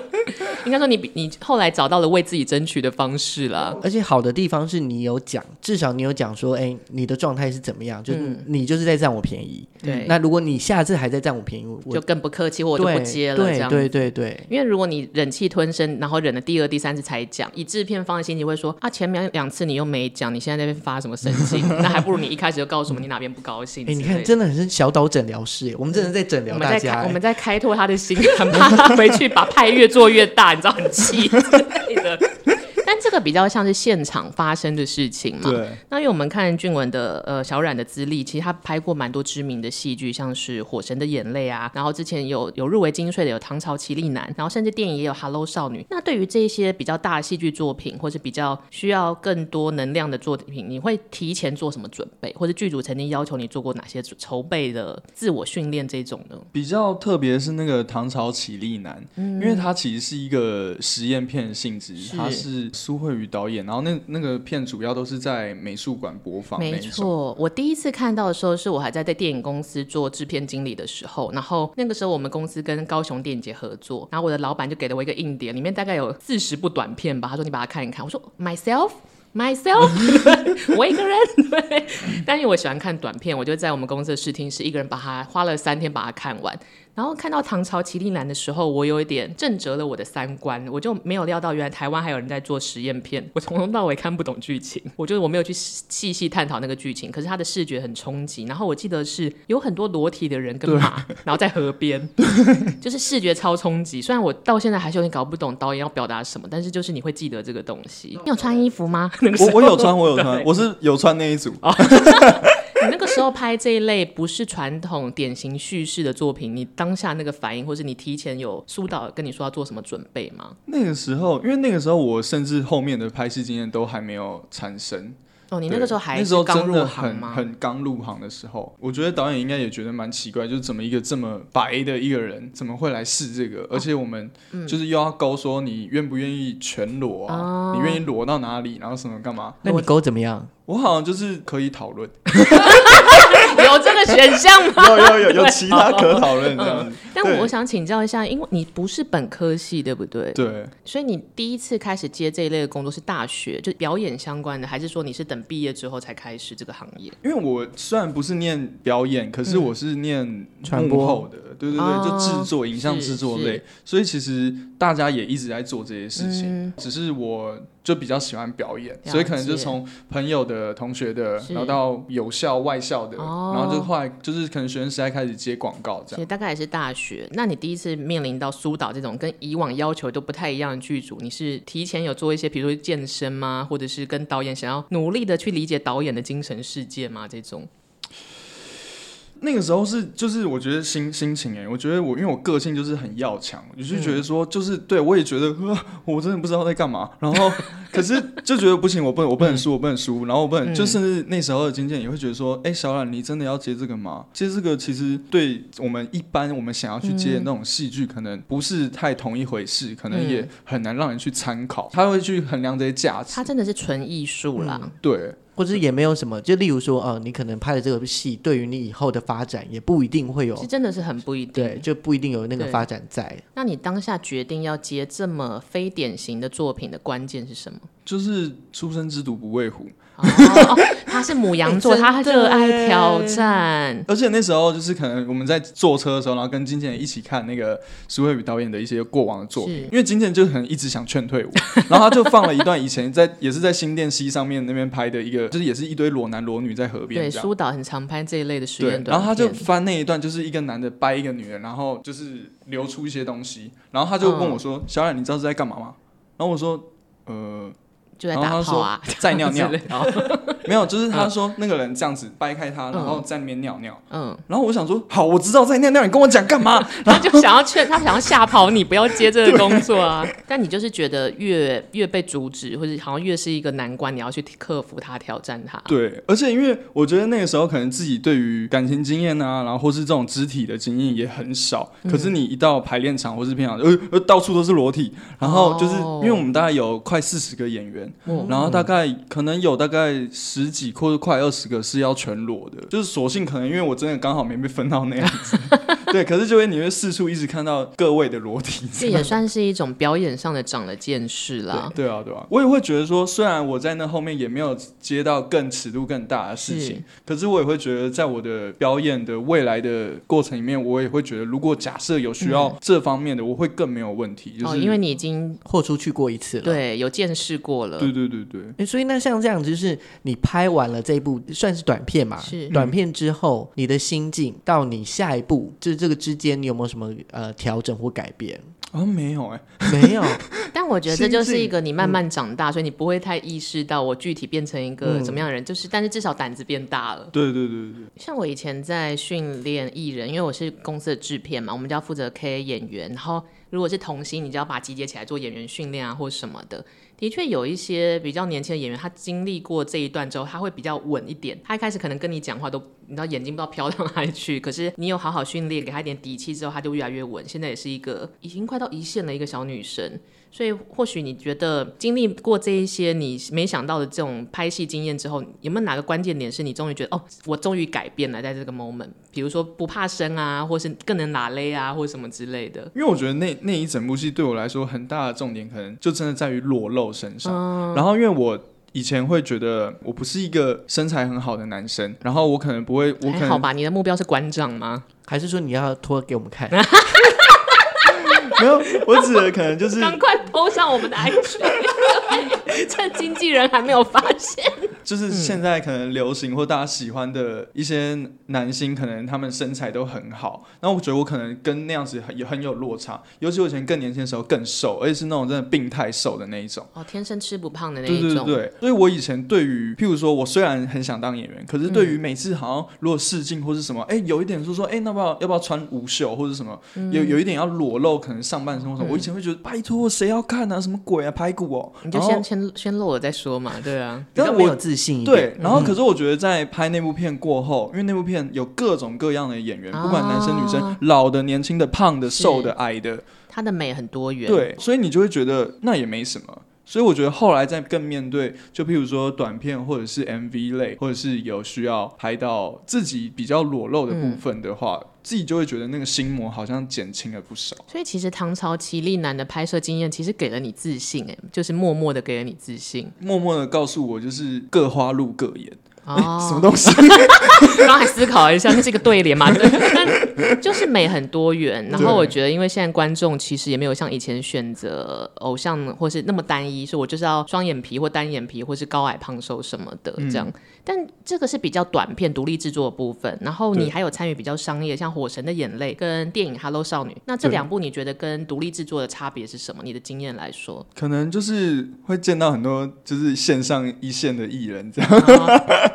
[SPEAKER 4] 应该说你比你后来找到了为自己争取的方式啦。
[SPEAKER 3] 而且好的地方是你有讲，至少你有讲说，哎、你的状态是怎么样？就是你就是在占我便宜。
[SPEAKER 4] 嗯对，
[SPEAKER 3] 那如果你下次还在占我便宜，我
[SPEAKER 4] 就更不客气，或我就不
[SPEAKER 3] 对
[SPEAKER 4] 接了这
[SPEAKER 3] 对
[SPEAKER 4] 样。
[SPEAKER 3] 对对对，
[SPEAKER 4] 因为如果你忍气吞声，然后忍了第二、第三次才讲，以制片方的心情会说啊，前面两次你又没讲，你现在在那边发什么神经？ 那还不如你一开始就告诉我们你哪边不高兴
[SPEAKER 3] 哎、
[SPEAKER 4] 之类
[SPEAKER 3] 你
[SPEAKER 4] 的。
[SPEAKER 3] 看，真的很是小岛诊疗室耶，我们真的在诊
[SPEAKER 4] 我
[SPEAKER 3] 疗
[SPEAKER 4] 们
[SPEAKER 3] 大
[SPEAKER 4] 在
[SPEAKER 3] 家哎
[SPEAKER 4] 开我
[SPEAKER 3] 耶。
[SPEAKER 4] 们在开拓他的心， 很怕他回去把派越做越大，你知道很气之类 的。但这个比较像是现场发生的事情嘛。
[SPEAKER 5] 对
[SPEAKER 4] 那因为我们看俊文的呃小冉的资历，其实他拍过蛮多知名的戏剧，像是《火神的眼泪》啊，然后之前有有入围金穗的有《唐朝奇丽男》，然后甚至电影也有《Hello 少女》。那对于这些比较大的戏剧作品，或是比较需要更多能量的作品，你会提前做什么准备，或者剧组曾经要求你做过哪些筹备的自我训练这种呢？
[SPEAKER 5] 比较特别是那个唐朝起立男，因为他其实是一个实验片的性质，
[SPEAKER 4] 嗯是
[SPEAKER 5] 他是苏慧宇导演，然后那那个片主要都是在美术馆播放那
[SPEAKER 4] 没
[SPEAKER 5] 一种。
[SPEAKER 4] 错，我第一次看到的时候，是我还在在电影公司做制片经理的时候，然后那个时候我们公司跟高雄电影节合作，然后我的老板就给了我一个硬碟，里面大概有四十部短片吧，他说你把它看一看，我说 myself。myself，我一个人， 对，但因为我喜欢看短片，我就在我们公司的试听室一个人把它花了三天把它看完。然后看到唐朝麒麟男的时候，我有一点震折了我的三观，我就没有料到原来台湾还有人在做实验片，我从头到尾看不懂剧情，我觉得我没有去细细探讨那个剧情，可是它的视觉很冲击，然后我记得是有很多裸体的人跟马，然后在河边，就是视觉超冲击。虽然我到现在还是有点搞不懂导演要表达什么，但是就是你会记得这个东西。你有穿衣服吗？那个时
[SPEAKER 5] 我
[SPEAKER 4] 候
[SPEAKER 5] 我有穿，我有穿，
[SPEAKER 4] 对
[SPEAKER 5] 我是有穿那一组。
[SPEAKER 4] 哦 你那个时候拍这一类不是传统典型叙事的作品，你当下那个反应，或是你提前有疏导跟你说要做什么准备吗？
[SPEAKER 5] 那个时候，因为那个时候我甚至后面的拍戏经验都还没有产生。
[SPEAKER 4] 哦，你
[SPEAKER 5] 对
[SPEAKER 4] 那个时候还
[SPEAKER 5] 那时
[SPEAKER 4] 是
[SPEAKER 5] 候
[SPEAKER 4] 刚
[SPEAKER 5] 真
[SPEAKER 4] 入
[SPEAKER 5] 的
[SPEAKER 4] 行
[SPEAKER 5] 很
[SPEAKER 4] 吗？
[SPEAKER 5] 很刚入行的时候，我觉得导演应该也觉得蛮奇怪，就是怎么一个这么白的一个人，怎么会来试这个？而且我
[SPEAKER 4] 哦
[SPEAKER 5] 们
[SPEAKER 4] 嗯
[SPEAKER 5] 就是又要勾说你愿不愿意全裸啊，
[SPEAKER 4] 哦
[SPEAKER 5] 你愿意裸到哪里，然后什么干嘛？
[SPEAKER 3] 那你勾怎么样？
[SPEAKER 5] 我好像就是可以讨论，
[SPEAKER 4] 有这个选项吗？
[SPEAKER 5] 有有有有其他可讨论这样子。
[SPEAKER 4] 嗯但
[SPEAKER 5] 对
[SPEAKER 4] 我想请教一下，因为你不是本科系，对不对？
[SPEAKER 5] 对，
[SPEAKER 4] 所以你第一次开始接这一类的工作是大学，就表演相关的，还是说你是等毕业之后才开始这个行业？
[SPEAKER 5] 因为我虽然不是念表演，可是我是念
[SPEAKER 3] 传播
[SPEAKER 5] 幕后的，对对
[SPEAKER 4] 嗯哦
[SPEAKER 5] 对，就制作、影像
[SPEAKER 4] 是
[SPEAKER 5] 制作
[SPEAKER 4] 是
[SPEAKER 5] 类，所以其实大家也一直在做这些事情，
[SPEAKER 4] 嗯
[SPEAKER 5] 只是我就比较喜欢表演，
[SPEAKER 4] 解
[SPEAKER 5] 所以可能就从朋友的、同学的，
[SPEAKER 4] 是
[SPEAKER 5] 然后到有校、外校的，
[SPEAKER 4] 哦
[SPEAKER 5] 然后就后来就是可能学生时代开始接广告这
[SPEAKER 4] 所以
[SPEAKER 5] 样。
[SPEAKER 4] 大概也是大学。那你第一次面临到疏导这种跟以往要求都不太一样的剧组，你是提前有做一些，比如说健身吗，或者是跟导演想要努力的去理解导演的精神世界吗？这种
[SPEAKER 5] 那个时候是就是我觉得心心情哎、我觉得我因为我个性就是很要强，我就觉得说就是、对我也觉得呵我真的不知道在干嘛，然后可是就觉得不行，我不能我不能输，我不能输，然后我不能、就甚至那时候的经纪人也会觉得说，哎、小冉你真的要接这个吗？接这个其实对我们一般我们想要去接的那种戏剧，可能不是太同一回事，可能也很难让人去参考，他会去衡量这些价值
[SPEAKER 4] 它，真的是纯艺术
[SPEAKER 5] 嗯
[SPEAKER 4] 啦。
[SPEAKER 5] 对。
[SPEAKER 3] 或者也没有什么，就例如说，呃，你可能拍的这个戏，对于你以后的发展也不一定会有
[SPEAKER 4] 是，真的是很不一定。
[SPEAKER 3] 对，就不一定有那个
[SPEAKER 4] 对
[SPEAKER 3] 发展在。
[SPEAKER 4] 那你当下决定要接这么非典型的作品的关键是 什么？
[SPEAKER 5] 就是出生之犊不畏虎，
[SPEAKER 4] 哦，哦他是母羊座，
[SPEAKER 3] 哎真的
[SPEAKER 4] 他热爱
[SPEAKER 3] 耶
[SPEAKER 4] 挑 战。
[SPEAKER 5] 而且那时候就是可能我们在坐车的时候，然后跟经纪人一起看那个苏慧宇导演的一些过往的作品
[SPEAKER 4] 是，
[SPEAKER 5] 因为经纪人就可能一直想劝退我， 然后他就放了一段以前在也是在新店溪上面那边拍的一个，就是也是一堆裸男裸女在河边
[SPEAKER 4] 对，
[SPEAKER 5] 这样。
[SPEAKER 4] 苏导很常拍这一类的实
[SPEAKER 5] 对
[SPEAKER 4] 验，
[SPEAKER 5] 然
[SPEAKER 4] 短
[SPEAKER 5] 后他就
[SPEAKER 4] 片
[SPEAKER 5] 翻那一段，就是一个男的掰一个女人，然后就是流出一些东西，然后他就问我说：“小冉，你知道是在干嘛吗？”然后我说：“呃，
[SPEAKER 4] 就在
[SPEAKER 5] 然后
[SPEAKER 4] 打
[SPEAKER 5] 他
[SPEAKER 4] 炮啊，
[SPEAKER 5] 在尿 尿
[SPEAKER 4] 之类的哦
[SPEAKER 5] 没有，就是他说那个人这样子掰开他，然后在那边尿尿。
[SPEAKER 4] 嗯，
[SPEAKER 5] 然后我想说，好，我知道在尿尿，你跟我讲干嘛？
[SPEAKER 4] 他就想要劝他想要吓跑你，不要接这个工作 啊。但你就是觉得越越被阻止，或者好像越是一个难关，你要去克服它、挑战它。
[SPEAKER 5] 对，而且因为我觉得那个时候可能自己对于感情经验啊，然后或是这种肢体的经验也很少，可是你一到排练场或是片场，呃呃，到处都是裸体，然后就是、
[SPEAKER 4] 哦
[SPEAKER 5] 因为我们大概有快四十个演员，
[SPEAKER 4] 嗯
[SPEAKER 5] 然后大概可能有大概十几或者快二十个是要全裸的，就是索性可能因为我真的刚好没被分到那样子，对，可是就会你会四处一直看到各位的裸体，
[SPEAKER 4] 这也算是一种表演上的长了见识啦。
[SPEAKER 5] 对啊，对啊，我也会觉得说，虽然我在那后面也没有接到更尺度更大的事情
[SPEAKER 4] 是，
[SPEAKER 5] 可是我也会觉得，在我的表演的未来的过程里面，我也会觉得，如果假设有需要这方面的，我会更没有问题。就是、
[SPEAKER 4] 嗯哦，因为你已经
[SPEAKER 3] 豁出去过一次了，
[SPEAKER 4] 对有见识过了，
[SPEAKER 5] 对对对对，
[SPEAKER 3] 诶所以那像这样，就是你拍完了这部算是短片嘛？
[SPEAKER 4] 是
[SPEAKER 3] 短片之后，你的心境到你下一步，就是这个之间，你有没有什么呃调整或改变？
[SPEAKER 5] 啊没有哎、
[SPEAKER 3] 没有，
[SPEAKER 4] 但我觉得这就是
[SPEAKER 5] 心
[SPEAKER 4] 一
[SPEAKER 5] 境
[SPEAKER 4] 个你慢慢长
[SPEAKER 5] 嗯
[SPEAKER 4] 大，所以你不会太意识到我具体变成一个怎么样的人，就是但是至少胆子变大了。
[SPEAKER 5] 对对对对
[SPEAKER 4] 像我以前在训练艺人，因为我是公司的制片嘛，我们就要负责 K 演员，然后如果是童星，你就要把它集结起来做演员训练啊，或什么的。的确有一些比较年轻的演员，他经历过这一段之后，他会比较稳一点。他一开始可能跟你讲话都，你知道眼睛不知道飘到哪里去，可是你有好好训练，给他一点底气之后，他就越来越稳。现在也是一个已经快到一线的一个小女生。所以，或许你觉得经历过这一些你没想到的这种拍戏经验之后，有没有哪个关键点是你终于觉得哦，我终于改变了，在这个 moment，比如说不怕生啊，或是更能拉勒啊，或什么之类的。
[SPEAKER 5] 因为我觉得那那一整部戏对我来说很大的重点，可能就真的在于裸露身上。
[SPEAKER 4] 嗯
[SPEAKER 5] 然后因为我。以前会觉得我不是一个身材很好的男生，然后我可能不会，我可
[SPEAKER 4] 还好
[SPEAKER 5] 能
[SPEAKER 4] 吧？你的目标是馆长吗？
[SPEAKER 3] 还是说你要脱给我们看？
[SPEAKER 5] 没有，我指的可能就是
[SPEAKER 4] 赶快 PO 上我们的 IG，趁经纪人还没有发现。
[SPEAKER 5] 就是现在可能流行或大家喜欢的一些男星，可能他们身材都很好。那我觉得我可能跟那样子很也很有落差，尤其我以前更年轻的时候更瘦，而且是那种真的病态瘦的那一种。
[SPEAKER 4] 哦，天生吃不胖的那
[SPEAKER 5] 对
[SPEAKER 4] 一
[SPEAKER 5] 对
[SPEAKER 4] 种，
[SPEAKER 5] 对，所以我以前对于，譬如说我虽然很想当演员，可是对于每次好像如果试镜或是什么，哎、有一点说说，哎、那要不要要不要穿无袖或者什么，有有一点要裸露，可能上半身或什么，我以前会觉得拜托谁要看啊，什么鬼啊，排骨哦，
[SPEAKER 6] 你就
[SPEAKER 5] 然后
[SPEAKER 6] 先先先露了再说嘛，对啊，
[SPEAKER 3] 比较
[SPEAKER 5] 但
[SPEAKER 3] 没
[SPEAKER 5] 我
[SPEAKER 3] 有自信一点。嗯
[SPEAKER 5] 对，然后可是我觉得在拍那部片过后，因为那部片有各种各样的演员，不管男生女生
[SPEAKER 4] 啊，
[SPEAKER 5] 老的、年轻的、胖的、
[SPEAKER 4] 是
[SPEAKER 5] 瘦的、矮的，
[SPEAKER 4] 她的美很多元。
[SPEAKER 5] 对，所以你就会觉得那也没什么。所以我觉得后来在更面对，就譬如说短片或者是 MV 类，或者是有需要拍到自己比较裸露的
[SPEAKER 3] 嗯
[SPEAKER 5] 部分的话，自己就会觉得那个心魔好像减轻了不少。
[SPEAKER 4] 所以其实唐朝奇丽男的拍摄经验，其实给了你自信、哎，就是默默的给了你自信。
[SPEAKER 5] 默默的告诉我，就是各花入各眼，
[SPEAKER 4] 哦，
[SPEAKER 5] 哎什么 东西？
[SPEAKER 6] 刚刚还思考了一下，那是一个对联嘛， 对
[SPEAKER 4] 就是美很多元，然后
[SPEAKER 5] 对
[SPEAKER 4] 我觉得，因为现在观众其实也没有像以前选择偶像或是那么单一，说我就是要双眼皮或单眼皮，或是高矮胖瘦什么
[SPEAKER 5] 嗯
[SPEAKER 4] 的这样。但这个是比较短片独立制作的部分，然后你
[SPEAKER 5] 对
[SPEAKER 4] 还有参与比较商业，像《火神的眼泪》跟电影《Hello 少女》，那这
[SPEAKER 5] 对
[SPEAKER 4] 两部你觉得跟独立制作的差别是什么？你的经验来说，
[SPEAKER 5] 可能就是会见到很多就是线上一线的艺人这样。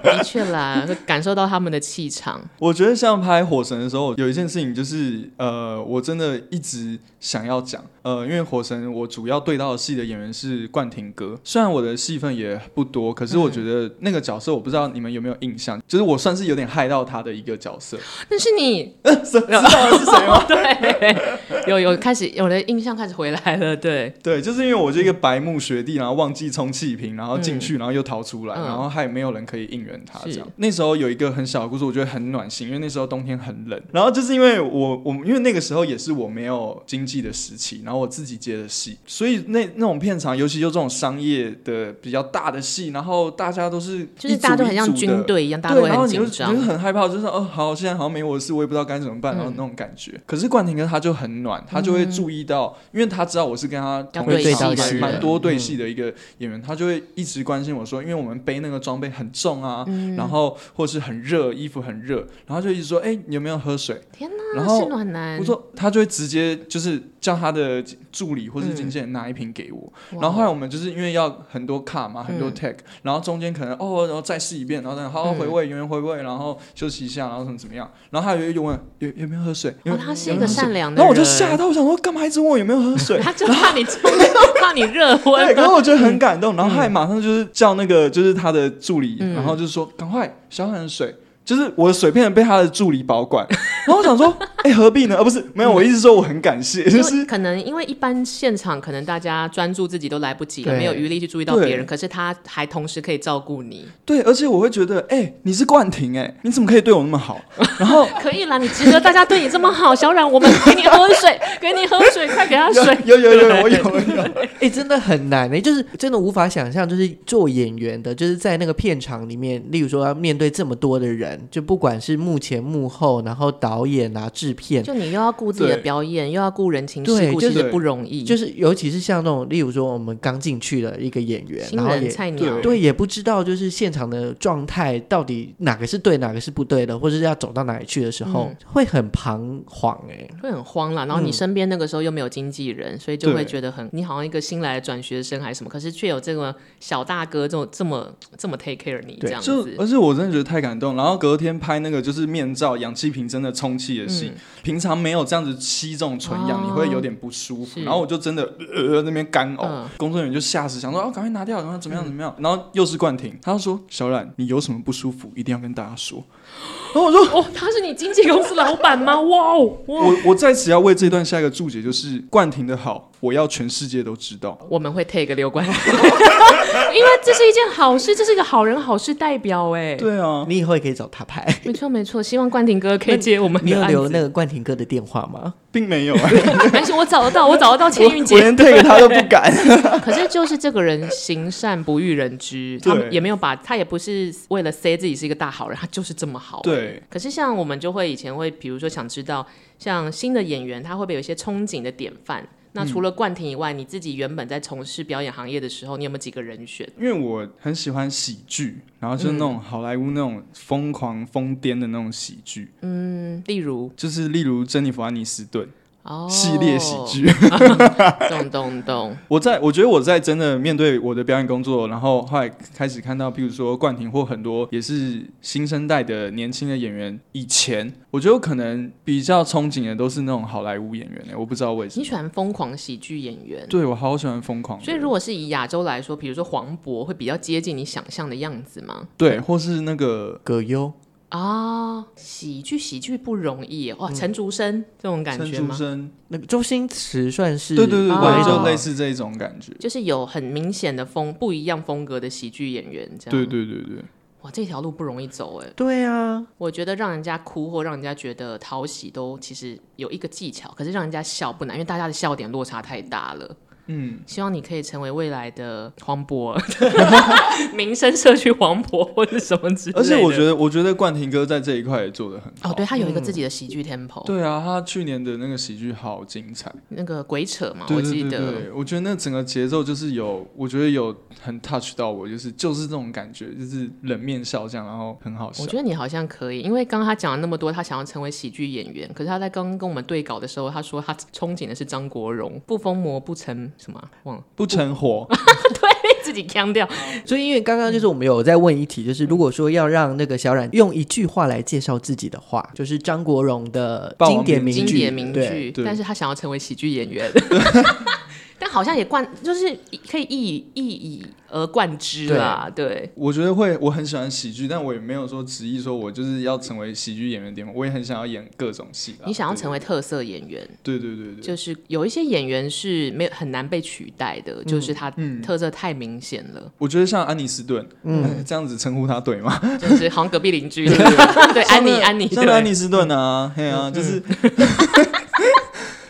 [SPEAKER 4] 的确啦，会感受到他们的气场。
[SPEAKER 5] 我觉得像拍《火神》的时候，有一件事情就是，呃，我真的一直想要讲，呃，因为《火神》我主要对到的戏的演员是冠廷哥，虽然我的戏份也不多，可是我觉得那个角色，我不知道你们有没有印象，就是我算是有点害到他的一个角 色，
[SPEAKER 4] 那是你
[SPEAKER 5] 知道 是谁吗？
[SPEAKER 4] 对，有有开始有的印象开始回来了，对，
[SPEAKER 5] 对，就是因为我就一个白目学弟，然后忘记充气瓶，然后进去，然后又逃出来，
[SPEAKER 4] 嗯
[SPEAKER 5] 然后还没有人可以应援他这样
[SPEAKER 4] 是。
[SPEAKER 5] 那时候有一个很小的故事，我觉得很暖心，因为那时候冬天很冷，然后就是因为我我因为那个时候也是我没有经济的时期，然后我自己接的戏，所以那那种片场，尤其就这种商业的比较大的戏，然后大家都是
[SPEAKER 4] 就是大家都很像军。队一样，大家都会
[SPEAKER 5] 然后
[SPEAKER 4] 很
[SPEAKER 5] 你就
[SPEAKER 4] 紧
[SPEAKER 5] 你就
[SPEAKER 4] 张。嗯
[SPEAKER 5] 很害怕，就是哦，好，现在好像没我的事，我也不知道该怎么办，然后那种感觉。可是冠廷哥他就很暖，他就会注意到，因为他知道我是跟他
[SPEAKER 4] 要
[SPEAKER 5] 同一
[SPEAKER 3] 对
[SPEAKER 5] 个场
[SPEAKER 3] 戏的
[SPEAKER 5] 蛮
[SPEAKER 3] 人
[SPEAKER 5] 蛮多
[SPEAKER 4] 嗯
[SPEAKER 5] 对戏的一个演员，他就会一直关心我说，因为我们背那个装备很重啊，
[SPEAKER 4] 嗯
[SPEAKER 5] 然后或是很热，衣服很热，然后就一直说，哎、你有没有喝水？
[SPEAKER 4] 天
[SPEAKER 5] 然
[SPEAKER 4] 哪，
[SPEAKER 5] 后
[SPEAKER 4] 是暖男。
[SPEAKER 5] 我说，他就会直接就是叫他的助理或是经纪人拿一瓶给我。
[SPEAKER 4] 嗯
[SPEAKER 5] 然后后来我们就是因为要很多卡嘛，很多 tag，、然后中间可能哦，然后再试一遍，然后再好好回味，原原回味，然后休息一下，然后怎么怎么样。然后还有一个问有有没有喝水？有
[SPEAKER 4] 哦，他是一个善良的人。
[SPEAKER 5] 然后我就吓到，我想说干嘛一直问我有没有喝水？
[SPEAKER 4] 他就怕你 中，怕你热
[SPEAKER 5] 对，
[SPEAKER 4] 昏
[SPEAKER 5] 可。是我觉得很感动，然后他还马上就是叫那个就是他的助理，
[SPEAKER 4] 嗯
[SPEAKER 5] 然后就说赶快小喊水，就是我的水变成被他的助理保管， 然后我想说哎、何必呢？而、不是没有，我一直说我很感谢，就
[SPEAKER 4] 就是可能因为一般现场可能大家专注自己都来不及了，
[SPEAKER 3] 对
[SPEAKER 4] 没有余力去注意到
[SPEAKER 5] 对
[SPEAKER 4] 别人，可是他还同时可以照顾你，
[SPEAKER 5] 对，而且我会觉得哎、你是冠廷哎、你怎么可以对我那么好？然后
[SPEAKER 4] 可以啦，你值得大家对你这么好，小冉，我们给你喝水，给你喝水，快给他水。
[SPEAKER 5] 有有有有我有我有，
[SPEAKER 3] 哎、真的很难哎、就是真的无法想象，就是做演员的，就是在那个片场里面，例如说要面对这么多的人，就不管是幕前幕后，然后导演啊、制片，
[SPEAKER 4] 就你又要顾自己的
[SPEAKER 5] 对
[SPEAKER 4] 表演，又要顾人情世
[SPEAKER 3] 对
[SPEAKER 4] 故，
[SPEAKER 3] 就
[SPEAKER 4] 其实
[SPEAKER 5] 是
[SPEAKER 4] 不容易。
[SPEAKER 3] 就是尤其是像那种，例如说我们刚进去的一个演员，
[SPEAKER 4] 新
[SPEAKER 3] 然后
[SPEAKER 4] 人
[SPEAKER 3] 也
[SPEAKER 4] 菜鸟，
[SPEAKER 3] 对，也不知道就是现场的状态到底哪个是对，哪个是不对的，或者是要走到哪里去的时候，
[SPEAKER 4] 嗯
[SPEAKER 3] 会很彷徨哎、
[SPEAKER 4] 会很慌啦，然后你
[SPEAKER 3] 嗯
[SPEAKER 4] 身边那个时候又没有经纪人，所以就
[SPEAKER 5] 对
[SPEAKER 4] 会觉得很，你好像一个新来的转学生还是什么，可是却有这个小大哥这种这么这么 take care 你这
[SPEAKER 3] 对
[SPEAKER 4] 样
[SPEAKER 5] 就
[SPEAKER 4] 子，
[SPEAKER 5] 而且我真的觉得太感动。然后隔天拍那个就是面罩、氧气瓶真的充气的
[SPEAKER 4] 嗯
[SPEAKER 5] 戏，平常没有这样子吸这种纯氧，
[SPEAKER 4] 哦
[SPEAKER 5] 你会有点不舒服。
[SPEAKER 4] 是
[SPEAKER 5] 然后我就真的呃呃那边干呕，
[SPEAKER 4] 嗯
[SPEAKER 5] 工作人员就吓死，想说哦赶快拿掉，然后怎么样怎么样。然后又是冠廷，他就说小冉，你有什么不舒服一定要跟大家说。然后我说。
[SPEAKER 4] 哦，他是 你经纪公司老板吗？哇哦，哇哦
[SPEAKER 5] 我我在此要为这段下一个注解，就是冠廷的好我要全世界都知道。
[SPEAKER 4] 我们会 take 刘冠， 因为这是一件好事，这是一个好人好事代表哎、
[SPEAKER 5] 对啊，
[SPEAKER 3] 你以后也可以找他 拍。
[SPEAKER 4] 没错没错，希望冠廷哥可以接我们
[SPEAKER 3] 你
[SPEAKER 4] 的
[SPEAKER 3] 有
[SPEAKER 4] 案
[SPEAKER 3] 留那
[SPEAKER 4] 子。
[SPEAKER 3] 个冠廷哥的电话 吗？
[SPEAKER 5] 并没有啊，
[SPEAKER 4] 而且我找得到，我找 得到千韵
[SPEAKER 3] 我
[SPEAKER 4] 姐。
[SPEAKER 3] 连退给他都不敢。
[SPEAKER 4] 可是就是这个人行善不欲人知，
[SPEAKER 5] 对
[SPEAKER 4] 他们也没有把他也不是为了 say 自己是一个大好人，他就是这么好。
[SPEAKER 5] 对，
[SPEAKER 4] 可是像我们就会以前会，比如说想知道，像新的演员他会不会有一些憧憬的典范？那除
[SPEAKER 5] 嗯
[SPEAKER 4] 了冠廷以外，你自己原本在从事表演行业的时候，你有没有几个人选？
[SPEAKER 5] 因为我很喜欢喜剧，然后就是那
[SPEAKER 4] 嗯
[SPEAKER 5] 种好莱坞那种疯狂疯癫的那种喜剧，
[SPEAKER 4] 嗯，例如
[SPEAKER 5] 就是例如珍妮弗·安妮斯顿
[SPEAKER 4] 哦，
[SPEAKER 5] 系列喜剧，
[SPEAKER 4] 懂懂懂，
[SPEAKER 5] 我在我觉得我在真的面对我的表演工作，然后后来开始看到，比如说冠廷或很多也是新生代的年轻的演员，以前我觉得我可能比较憧憬的都是那种好莱坞演员、欸、我不知道为什
[SPEAKER 4] 你
[SPEAKER 5] 么。
[SPEAKER 4] 喜欢疯狂喜剧演员，
[SPEAKER 5] 对我好喜欢疯狂的，
[SPEAKER 4] 所以如果是以亚洲来说，比如说黄渤会比较接近你想象的样子吗？
[SPEAKER 5] 对，或是那个
[SPEAKER 3] 葛优，
[SPEAKER 4] 啊、喜剧喜剧不容易耶哇，陈竹生这种感
[SPEAKER 5] 嗯陈
[SPEAKER 4] 觉
[SPEAKER 5] 竹
[SPEAKER 4] 吗？
[SPEAKER 5] 生，
[SPEAKER 3] 那个周星驰算是哦
[SPEAKER 5] 对对对
[SPEAKER 4] 啊
[SPEAKER 5] 对，
[SPEAKER 3] 玩
[SPEAKER 5] 就
[SPEAKER 3] 的
[SPEAKER 5] 类似这种感觉。
[SPEAKER 4] 就是有很明显的风不一样风格的喜剧演员，这样
[SPEAKER 5] 对对对对，
[SPEAKER 4] 哇，这条路不容易走哎。
[SPEAKER 3] 对啊，
[SPEAKER 4] 我觉得让人家哭或让人家觉得讨喜都其实有一个技巧，可是让人家笑不难，因为大家的笑点落差太大了。
[SPEAKER 5] 嗯，
[SPEAKER 4] 希望你可以成为未来的黄 渤，民生社区黄渤或者什么之类的。
[SPEAKER 5] 而且我觉得我觉得冠廷哥在这一块也做得很好。
[SPEAKER 4] 哦，对他有一个自己的喜剧 tempo，、
[SPEAKER 5] 对啊，他去年的那个喜剧好精彩。
[SPEAKER 4] 那个鬼扯嘛，
[SPEAKER 5] 对
[SPEAKER 4] 啊我
[SPEAKER 5] 对
[SPEAKER 4] 记
[SPEAKER 5] 对
[SPEAKER 4] 得。
[SPEAKER 5] 对，我觉得那整个节奏就是有，我觉得有很 touch 到我，就是就是这种感觉，就是冷面笑这样，然后很好笑
[SPEAKER 4] 我觉。得你好像可以，因为刚刚他讲了那么多，他想要成为喜剧演员，可是他在刚刚跟我们对稿的时候，他说他憧憬的是张国荣，不疯魔不成什么啊忘了，
[SPEAKER 5] 不成活，
[SPEAKER 4] 被自己腔掉。
[SPEAKER 3] 所以因为刚刚就是我们有在问一题，就是如果说要让那个小冉用一句话来介绍自己的话，就是张国荣的
[SPEAKER 5] 霸王
[SPEAKER 3] 经典名句，
[SPEAKER 4] 经典名
[SPEAKER 3] 对
[SPEAKER 4] 句，
[SPEAKER 5] 对
[SPEAKER 4] 但是他想要成为喜剧演员， 但好像也贯，就是可以一以一以而贯之啦，对。
[SPEAKER 5] 我觉得会，我很喜欢喜剧，但我也没有说执意说我就是要成为喜剧演员的地方，我也很想要演各种戏啦。
[SPEAKER 4] 你想要成为特色演员，
[SPEAKER 5] 对？对对对对对，
[SPEAKER 4] 就是有一些演员是没有很难被取代的，就是他
[SPEAKER 5] 嗯
[SPEAKER 4] 特色太明显了，
[SPEAKER 5] 我觉得像安妮斯顿，嗯，这样子称呼他对吗？
[SPEAKER 4] 就是好像隔壁邻居，对安妮安妮
[SPEAKER 5] 像那安
[SPEAKER 4] 对，嗯
[SPEAKER 5] 妮斯顿 啊，嘿啊，就是。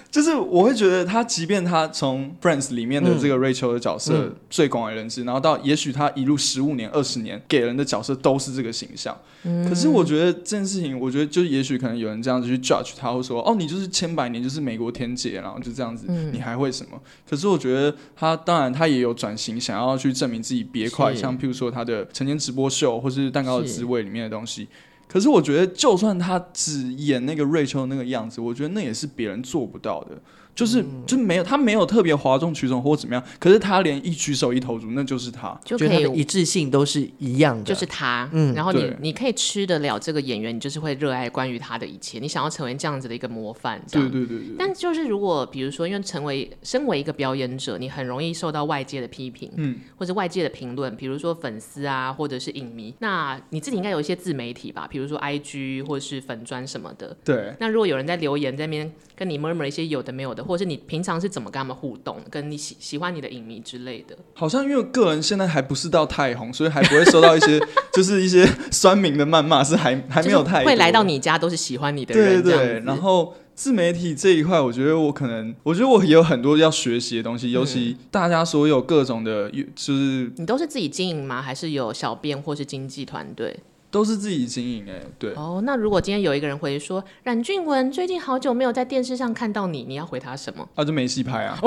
[SPEAKER 5] 就是我会觉得他，即便他从 Friends 里面的
[SPEAKER 4] 嗯
[SPEAKER 5] 这个 Rachel 的角色最广为人知，然后到也许他一路十五年、二十年给人的角色都是这个形象。
[SPEAKER 4] 嗯
[SPEAKER 5] 可是我觉得这件事情，我觉得就也许可能有人这样子去 judge 他，会说哦，你就是千百年就是美国天劫，然后就这样子，
[SPEAKER 4] 嗯
[SPEAKER 5] 你还会什么？可是我觉得他当然他也有转型，想要去证明自己别快，
[SPEAKER 4] 是
[SPEAKER 5] 像譬如说他的晨间直播秀或是蛋糕的
[SPEAKER 4] 是
[SPEAKER 5] 滋味里面的东西。可是我觉得，就算他只演那个 Rachel 那个样子，我觉得那也是别人做不到的。就是、
[SPEAKER 4] 嗯
[SPEAKER 5] 就没有他没有特别哗众取宠或怎么样，可是他连一举手一投足，那就是他。
[SPEAKER 4] 就
[SPEAKER 3] 觉
[SPEAKER 4] 可
[SPEAKER 3] 得他
[SPEAKER 4] 以
[SPEAKER 3] 的一致性都是一样的，
[SPEAKER 4] 就是他，
[SPEAKER 3] 嗯
[SPEAKER 4] 然后你
[SPEAKER 5] 对
[SPEAKER 4] 你可以吃得了这个演员，你就是会热爱关于他的一切，你想要成为这样子的一个模范，这
[SPEAKER 5] 对
[SPEAKER 4] 样。
[SPEAKER 5] 对对对，
[SPEAKER 4] 但就是如果比如说，因为成为身为一个表演者，你很容易受到外界的批评，
[SPEAKER 5] 嗯，
[SPEAKER 4] 或者外界的评论，比如说粉丝啊，或者是影迷。那你自己应该有一些自媒体吧，比如说 IG 或是粉砖什么的。
[SPEAKER 5] 对。
[SPEAKER 4] 那如果有人在留言在那边跟你 murmur 一些有的没有的，或者是你平常是怎么跟他们互动，跟你喜喜欢你的影迷之类的，
[SPEAKER 5] 好像因为个人现在还不是到太红，所以还不会收到一 些就是一些酸民的谩骂，是还还没有
[SPEAKER 4] 就
[SPEAKER 5] 太
[SPEAKER 4] 是
[SPEAKER 5] 多
[SPEAKER 4] 会来到你家都是喜欢你的
[SPEAKER 5] 对对
[SPEAKER 4] 人这样
[SPEAKER 5] 对
[SPEAKER 4] 子，。
[SPEAKER 5] 然后自媒体这一块，我觉得我可能，我觉得我也有很多要学习的东
[SPEAKER 4] 嗯
[SPEAKER 5] 西，尤其大家所有各种的，就是
[SPEAKER 4] 你都是自己经营吗？还是有小编或是经纪团队？
[SPEAKER 5] 都是自己经营哎、对，
[SPEAKER 4] 哦，那如果今天有一个人回说冉俊文最近好久没有在电视上看到你，你要回他什么？
[SPEAKER 5] 啊就没戏拍啊，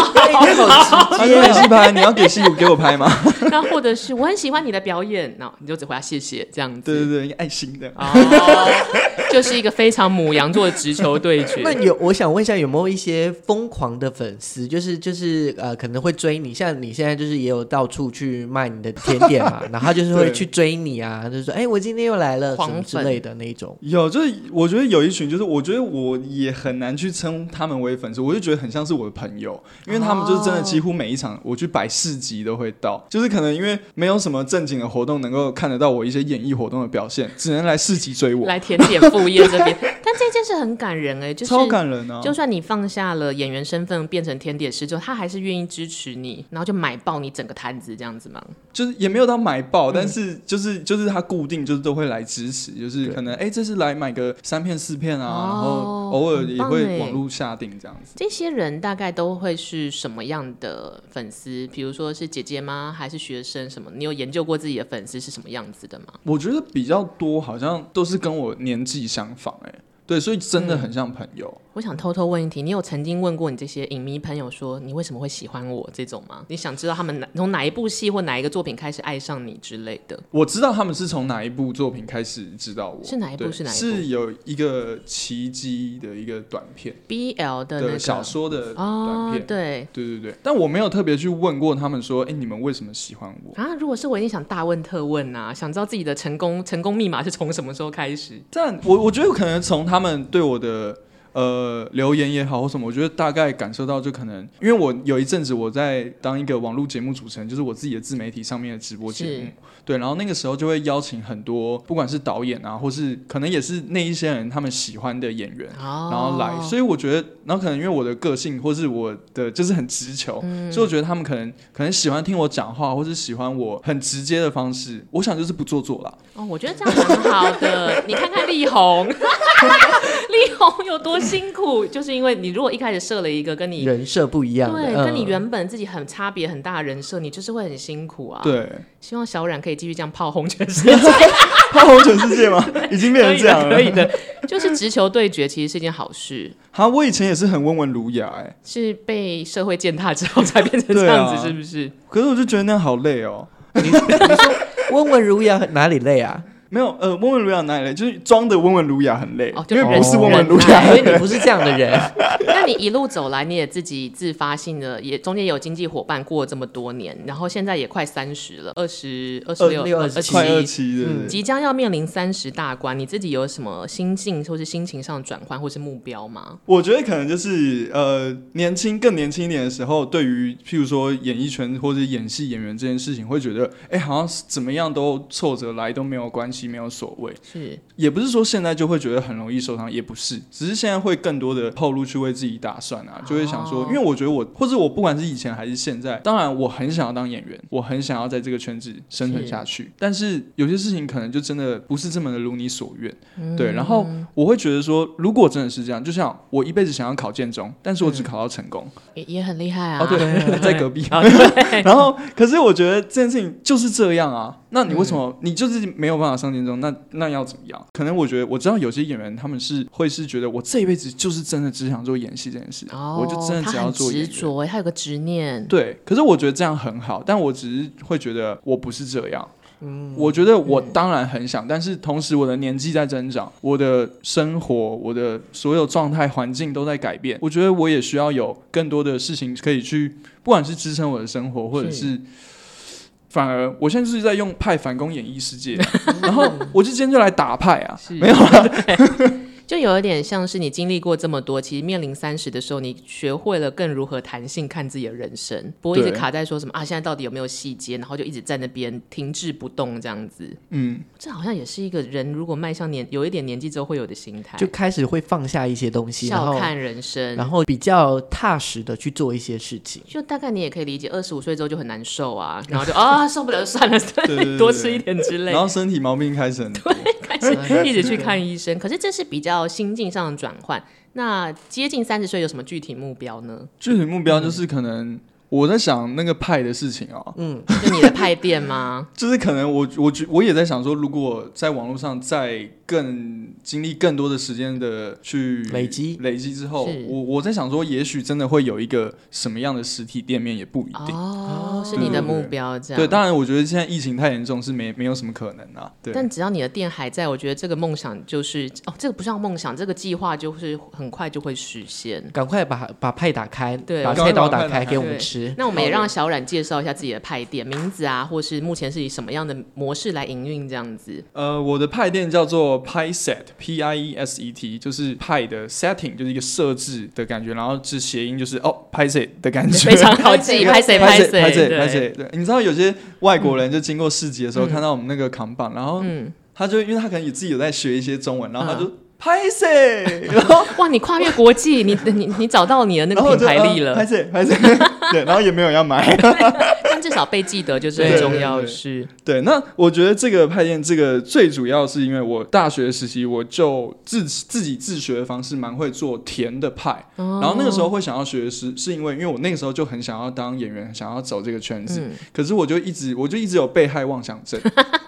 [SPEAKER 3] 好
[SPEAKER 5] 啊就没戏拍，你要给戏给我拍吗？
[SPEAKER 4] 那或者是我很喜欢你的表演，那你就只回他谢谢这样子。
[SPEAKER 5] 对对对，爱心的。
[SPEAKER 4] 哦， 就是一个非常母羊座的直球对 决。
[SPEAKER 3] 那有，我想问一下，有没有一些疯狂的粉丝，就是就是呃，可能会追你，像你现在就是也有到处去卖你的甜点 嘛，然后他就是会
[SPEAKER 5] 对
[SPEAKER 3] 去追你啊，就是说，哎、我今天又来了，什
[SPEAKER 4] 狂
[SPEAKER 3] 么之
[SPEAKER 4] 粉
[SPEAKER 3] 类的那一种。
[SPEAKER 5] 有，就是我觉得有一群，就是我觉得我也很难去称他们为粉丝，我就觉得很像是我的朋友，因为他们就是真的几乎每一场我去摆市集都会到，就是可能因为没有什么正经的活动能够看得到我一些演艺活动的表现，只能来市集追我。
[SPEAKER 4] 来甜点付副业这 边。但这件事很感人哎、就是
[SPEAKER 5] 超感人啊！
[SPEAKER 4] 就算你放下了演员身份，变成甜点师，就他还是愿意支持你，然后就买爆你整个摊子这样子嘛。
[SPEAKER 5] 就是也没有到买
[SPEAKER 4] 嗯
[SPEAKER 5] 爆，但是就是就是他固定就是都会来支持，就是可能哎、这是来买个三片四片啊，然
[SPEAKER 4] 哦
[SPEAKER 5] 后偶尔
[SPEAKER 4] 很
[SPEAKER 5] 也
[SPEAKER 4] 棒
[SPEAKER 5] 会
[SPEAKER 4] 欸
[SPEAKER 5] 网络下定这样子。
[SPEAKER 4] 这些人大概都会是什么样的粉丝？比如说是姐姐吗？还是学生什么？你有研究过自己的粉丝是什么样子的吗？
[SPEAKER 5] 我觉得比较多好像都是跟我年纪相仿哎、对，所以真的很像朋友。
[SPEAKER 4] 我想偷偷问一题，你有曾经问过你这些影迷朋友说你为什么会喜欢我这种吗？你想知道他们哪从哪一部戏或哪一个作品开始爱上你之类的？
[SPEAKER 5] 我知道他们是从哪一部作品开始知道我，
[SPEAKER 4] 是哪一部
[SPEAKER 5] 对
[SPEAKER 4] 是哪一部
[SPEAKER 5] 是有一个奇迹的一个短片
[SPEAKER 4] BL 的那
[SPEAKER 5] 的
[SPEAKER 4] 个
[SPEAKER 5] 小说的短
[SPEAKER 4] 哦
[SPEAKER 5] 片，，
[SPEAKER 4] 对
[SPEAKER 5] 对对对，但我没有特别去问过他们说，哎、你们为什么喜欢我？
[SPEAKER 4] 啊，如果是我，一定想大问特问啊，想知道自己的成功成功密码是从什么时候开始？
[SPEAKER 5] 但我我觉得可能从他们对我的呃留言也好或什么，我觉得大概感受到，就可能因为我有一阵子我在当一个网络节目主持人，就是我自己的自媒体上面的直播节目
[SPEAKER 4] 是，
[SPEAKER 5] 对，然后那个时候就会邀请很多不管是导演啊，或是可能也是那一些人他们喜欢的演员。
[SPEAKER 4] 哦
[SPEAKER 5] 然后来，所以我觉得，然后可能因为我的个性，或是我的就是很直球，
[SPEAKER 4] 嗯
[SPEAKER 5] 所以我觉得他们可能可能喜欢听我讲话，或是喜欢我很直接的方式。我想就是不做作啦，
[SPEAKER 4] 哦，我觉得这样很好的。你看看力宏， 力宏有多辛苦，就是因为你如果一开始设了一个跟你
[SPEAKER 3] 人设不一样的，
[SPEAKER 4] 对、
[SPEAKER 3] 嗯
[SPEAKER 4] 跟你原本自己很差别很大的人设，你就是会很辛苦啊。，
[SPEAKER 5] 对，
[SPEAKER 4] 希望小冉可以继续这样炮轰全世界，
[SPEAKER 5] 他红全 世界吗？已经变
[SPEAKER 4] 可
[SPEAKER 5] 成
[SPEAKER 4] 以
[SPEAKER 5] 这样
[SPEAKER 4] 的，
[SPEAKER 5] 了
[SPEAKER 4] 可。以的。就是直球对决其实是一件好事，
[SPEAKER 5] 哈，我以前也是很温文儒雅哎、
[SPEAKER 4] 是被社会践踏之后才变成这
[SPEAKER 5] 对啊
[SPEAKER 4] 样子，是不是？
[SPEAKER 5] 可是我就觉得那样好累哦。
[SPEAKER 3] 温文儒雅哪里累 啊？
[SPEAKER 5] 没有，呃，温文儒雅哪里累？就是装的温文儒雅很累，
[SPEAKER 4] 哦就
[SPEAKER 5] 因为
[SPEAKER 4] 是
[SPEAKER 5] 不是温文儒
[SPEAKER 4] 对
[SPEAKER 5] 雅
[SPEAKER 4] 啊
[SPEAKER 3] 因。为你不是这样的 人，
[SPEAKER 4] 那你一路走来，你也自己自发性的，也中间也有经济伙伴过了这么多年，然后现在也快三十了，二十二十
[SPEAKER 3] 26
[SPEAKER 4] 六、二
[SPEAKER 3] 27
[SPEAKER 5] 快二
[SPEAKER 4] 七，
[SPEAKER 5] 期的，
[SPEAKER 4] 即将要面临三十大关，你自己有什么心境或是心情上的转换或是目标吗？
[SPEAKER 5] 我觉得可能就是呃，年轻更年轻一点的时候，对于譬如说演艺圈或者演戏演员这件事情，会觉得哎、好像是怎么样都挫折来都没有关系，没有所谓。
[SPEAKER 4] 是
[SPEAKER 5] 也不是说现在就会觉得很容易受伤，也不是，只是现在会更多的后路去为自己打算啊，就会想说，因为我觉得我或者我不管是以前还是现在，当然我很想要当演员，我很想要在这个圈子生存下去，但是有些事情可能就真的不是这么的如你所愿，对。然后我会觉得说，如果真的是这样，就像我一辈子想要考建中，但是我只考到成功，
[SPEAKER 4] 也也很厉害啊。
[SPEAKER 5] 哦，对， 在隔壁。
[SPEAKER 4] 啊对
[SPEAKER 5] 然后，可是我觉得这件事情就是这样啊。那你为什么、你就是没有办法上建中？那那要怎么样？可能我觉得我知道有些演员他们是会是觉得我这一辈子就是真的只想做演戏这件事，
[SPEAKER 4] 哦，
[SPEAKER 5] 我就真的只
[SPEAKER 4] 他
[SPEAKER 5] 要
[SPEAKER 4] 很
[SPEAKER 5] 做演
[SPEAKER 4] 执
[SPEAKER 5] 员。
[SPEAKER 4] 着欸，他有个执念。
[SPEAKER 5] 对，可是我觉得这样很好，但我只是会觉得我不是这样。我觉得我当然很想，但是同时我的年纪在增长，我的生活、我的所有状态、环境都在改变。我觉得我也需要有更多的事情可以去，不管是支撑我的生活，或者是。反而，我现在就是在用派反攻演艺世界，然后我就今天就来打派啊，没有啊，
[SPEAKER 4] 就有一点像是你经历过这么多，其实面临三十的时候，你学会了更如何弹性看自己的人生，不会一直
[SPEAKER 5] 对
[SPEAKER 4] 卡在说什么啊，现在到底有没有细节，然后就一直在那边停滞不动这样子。
[SPEAKER 5] 嗯，
[SPEAKER 4] 这好像也是一个人如果迈向年有一点年纪之后会有的心态，
[SPEAKER 3] 就开始会放下一些东西，然
[SPEAKER 4] 笑
[SPEAKER 3] 后
[SPEAKER 4] 看人生。
[SPEAKER 3] 然后比较踏实的去做一些事情。
[SPEAKER 4] 就大概你也可以理解，二十五岁之后就很难受 啊，然后就啊受不了算了，算
[SPEAKER 5] 对对对
[SPEAKER 4] 了多吃一点之类
[SPEAKER 5] 然，后哎身体毛病开始很多，
[SPEAKER 4] 开始一直去看医生。可是这是比较心境上的转换。那接近三十岁有什么具体目标呢？
[SPEAKER 5] 具体目标就是可能我在想那个派的事情哦，
[SPEAKER 4] 就你的派店 吗？
[SPEAKER 5] 就是可能我我觉我也在想说，如果在网络上再更经历更多的时间的去
[SPEAKER 3] 累积
[SPEAKER 5] 累积之后，
[SPEAKER 4] 是
[SPEAKER 5] 我我在想说，也许真的会有一个什么样的实体店面也不一定。
[SPEAKER 4] 哦，是你的目标这样。
[SPEAKER 5] 对，当然我觉得现在疫情太严重，是没没有什么可能啊。对，
[SPEAKER 4] 但只要你的店还在，我觉得这个梦想就是哦，这个不像梦想，这个计划就是很快就会实现。
[SPEAKER 3] 赶快把把派打开，
[SPEAKER 4] 对
[SPEAKER 3] 把
[SPEAKER 5] 赶
[SPEAKER 3] 菜
[SPEAKER 5] 快
[SPEAKER 3] 刀
[SPEAKER 5] 把
[SPEAKER 3] 打
[SPEAKER 5] 派
[SPEAKER 3] 开
[SPEAKER 5] 打
[SPEAKER 3] 给我
[SPEAKER 4] 开
[SPEAKER 3] 们
[SPEAKER 4] 对
[SPEAKER 3] 吃。
[SPEAKER 4] 那我们也让小冉介绍一下自己的派店名字啊，或是目前是以什么样的模式来营运这样子。
[SPEAKER 5] 呃，我的派店叫做 Pi Set P I E S E T，就是派的 setting，就是一个设置的感觉，然后是谐音，就是哦 Pi Set 的感觉，
[SPEAKER 4] 非常好记，拍谁
[SPEAKER 5] 拍
[SPEAKER 4] 谁
[SPEAKER 5] 拍谁
[SPEAKER 4] 对
[SPEAKER 5] 拍谁。对，你知道有些外国人就经过市集的时候看到我们那个扛棒，然后
[SPEAKER 4] 嗯，
[SPEAKER 5] 他就因为他可能也自己有在学一些中文，然后他就
[SPEAKER 3] 拍谁？ 然后
[SPEAKER 4] 哇，你跨越国 际，你你你找到你的那
[SPEAKER 5] 然后
[SPEAKER 4] 个
[SPEAKER 5] 我
[SPEAKER 4] 品
[SPEAKER 5] 就
[SPEAKER 4] 牌力
[SPEAKER 5] 啊
[SPEAKER 4] 了
[SPEAKER 5] 拍，谁拍谁，对，然后也没有要买。
[SPEAKER 4] 但至少被记得就是
[SPEAKER 5] 对
[SPEAKER 4] 最重
[SPEAKER 5] 对
[SPEAKER 4] 要
[SPEAKER 5] 对
[SPEAKER 4] 的事。
[SPEAKER 5] 对，那我觉得这个派件，这个最主要是因为我大学时期我就自自己自学的方式蛮会做甜的派，然后那个时候会想要学是是因为因为我那个时候就很想要当演员，想要走这个圈子，
[SPEAKER 4] 嗯，
[SPEAKER 5] 可是我就一直我就一直有被害妄想症，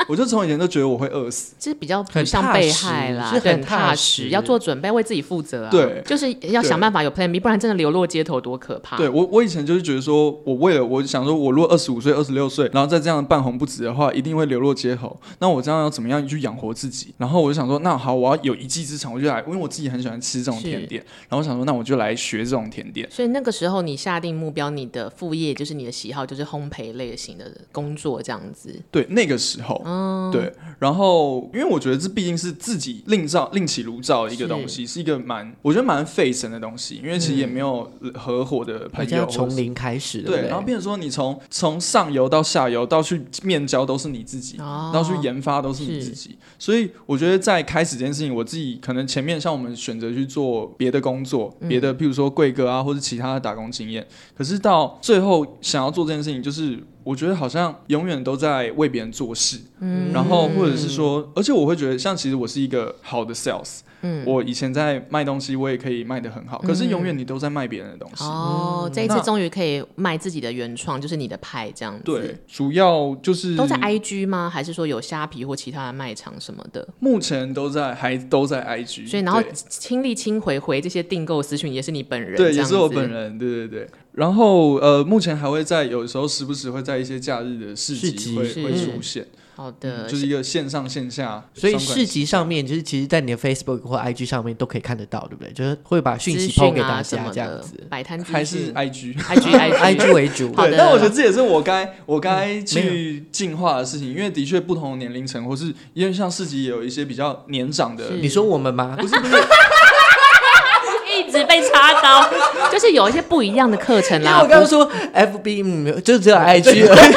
[SPEAKER 5] 我就从以前都觉得我会饿死，
[SPEAKER 4] 这比较不
[SPEAKER 3] 很
[SPEAKER 4] 像
[SPEAKER 3] 踏
[SPEAKER 4] 被
[SPEAKER 3] 实
[SPEAKER 4] 害啦，
[SPEAKER 3] 是
[SPEAKER 4] 对
[SPEAKER 3] 很
[SPEAKER 4] 很
[SPEAKER 3] 踏
[SPEAKER 4] 踏
[SPEAKER 3] 实
[SPEAKER 4] 实，要做准备，为自己负责啊。
[SPEAKER 5] 对
[SPEAKER 4] 就是要想
[SPEAKER 5] 对
[SPEAKER 4] 办法有 Plan B，不然真的流落街头多可怕。
[SPEAKER 5] 对我我以前就是觉得说我为了我想说我如果二十五岁二十六岁，然后再这样半红不紫的话，一定会流落街头，那我这样要怎么样去养活自己？然后我就想说，那好，我要有一技之长，我就来，因为我自己很喜欢吃这种甜点，然后我想说，那我就来学这种甜点。
[SPEAKER 4] 所以那个时候你下定目标，你的副业就是你的喜好，就是烘焙类型的工作这样子。
[SPEAKER 5] 对，那个时候，对，然后因为我觉得这毕竟是自己另造、另起炉造的一个东西，是一个蛮我觉得蛮费神的东西，因为其实也没有呃合伙的
[SPEAKER 3] 好
[SPEAKER 5] 朋
[SPEAKER 3] 像
[SPEAKER 5] 友
[SPEAKER 3] 要
[SPEAKER 5] 或
[SPEAKER 3] 从
[SPEAKER 5] 是
[SPEAKER 3] 零开始，对
[SPEAKER 5] 对，
[SPEAKER 3] 不
[SPEAKER 5] 然后
[SPEAKER 3] 对？
[SPEAKER 5] 变成说你从从上游到下游到去面交都是你自己，
[SPEAKER 4] 哦
[SPEAKER 5] 到去研发都是你
[SPEAKER 4] 是
[SPEAKER 5] 自己，所以我觉得在开始这件事情，我自己可能前面像我们选择去做别的工作，别
[SPEAKER 4] 嗯
[SPEAKER 5] 的譬如说贵哥啊，或者其他的打工经验，可是到最后想要做这件事情，就是我觉得好像永远都在为别人做事，
[SPEAKER 4] 嗯
[SPEAKER 5] 然后或者是说，而且我会觉得像其实我是一个好的 sales，
[SPEAKER 4] 嗯
[SPEAKER 5] 我以前在卖东西，我也可以卖得很好，可是永远你都在卖别人的东西，
[SPEAKER 4] 哦，这一次
[SPEAKER 5] 那
[SPEAKER 4] 终于可以卖自己的原创，就是你的派这样子。
[SPEAKER 5] 对，，主要就是
[SPEAKER 4] 都在 IG 吗？还是说有虾皮或其他的卖场什么的？
[SPEAKER 5] 目前都在还都在 IG，
[SPEAKER 4] 所以然后
[SPEAKER 5] 对
[SPEAKER 4] 亲力亲回回这些订购私讯也是你本人，
[SPEAKER 5] 对
[SPEAKER 4] 这
[SPEAKER 5] 也
[SPEAKER 4] 样
[SPEAKER 5] 是
[SPEAKER 4] 子
[SPEAKER 5] 我本。人，对对对。然后呃，目前还会在有时候时不时会在一些假日的市
[SPEAKER 3] 市
[SPEAKER 5] 集
[SPEAKER 3] 集
[SPEAKER 5] 会
[SPEAKER 4] 是
[SPEAKER 5] 会出现，
[SPEAKER 4] 好的，
[SPEAKER 5] 嗯就是一个线上线下
[SPEAKER 3] 所
[SPEAKER 5] 双
[SPEAKER 3] 以
[SPEAKER 5] 管齐下。
[SPEAKER 3] 市集上面，就是其实，在你的 Facebook 或 IG 上面都可以看得到，对不对？就是会把讯
[SPEAKER 4] 资
[SPEAKER 3] 息
[SPEAKER 4] 讯
[SPEAKER 3] 抛给大
[SPEAKER 4] 啊什
[SPEAKER 3] 家
[SPEAKER 4] 么
[SPEAKER 3] 这样
[SPEAKER 4] 的
[SPEAKER 3] 子，，
[SPEAKER 4] 摆摊资
[SPEAKER 5] 还是
[SPEAKER 4] 讯
[SPEAKER 5] IG。
[SPEAKER 4] IG
[SPEAKER 3] ，IG 为主。
[SPEAKER 4] 好的
[SPEAKER 5] 对，但我觉得这也是我该我该
[SPEAKER 3] 嗯没
[SPEAKER 5] 去进化的事情，因为的确不同的年龄层，或是因为像市集也有一些比较年长的，
[SPEAKER 4] 是
[SPEAKER 3] 你说我们吗？
[SPEAKER 4] 一直被插刀，就是有一些不一样的课程
[SPEAKER 3] 因为
[SPEAKER 4] 啦
[SPEAKER 3] 我，刚刚说 FB，嗯，就只有 IG 而已。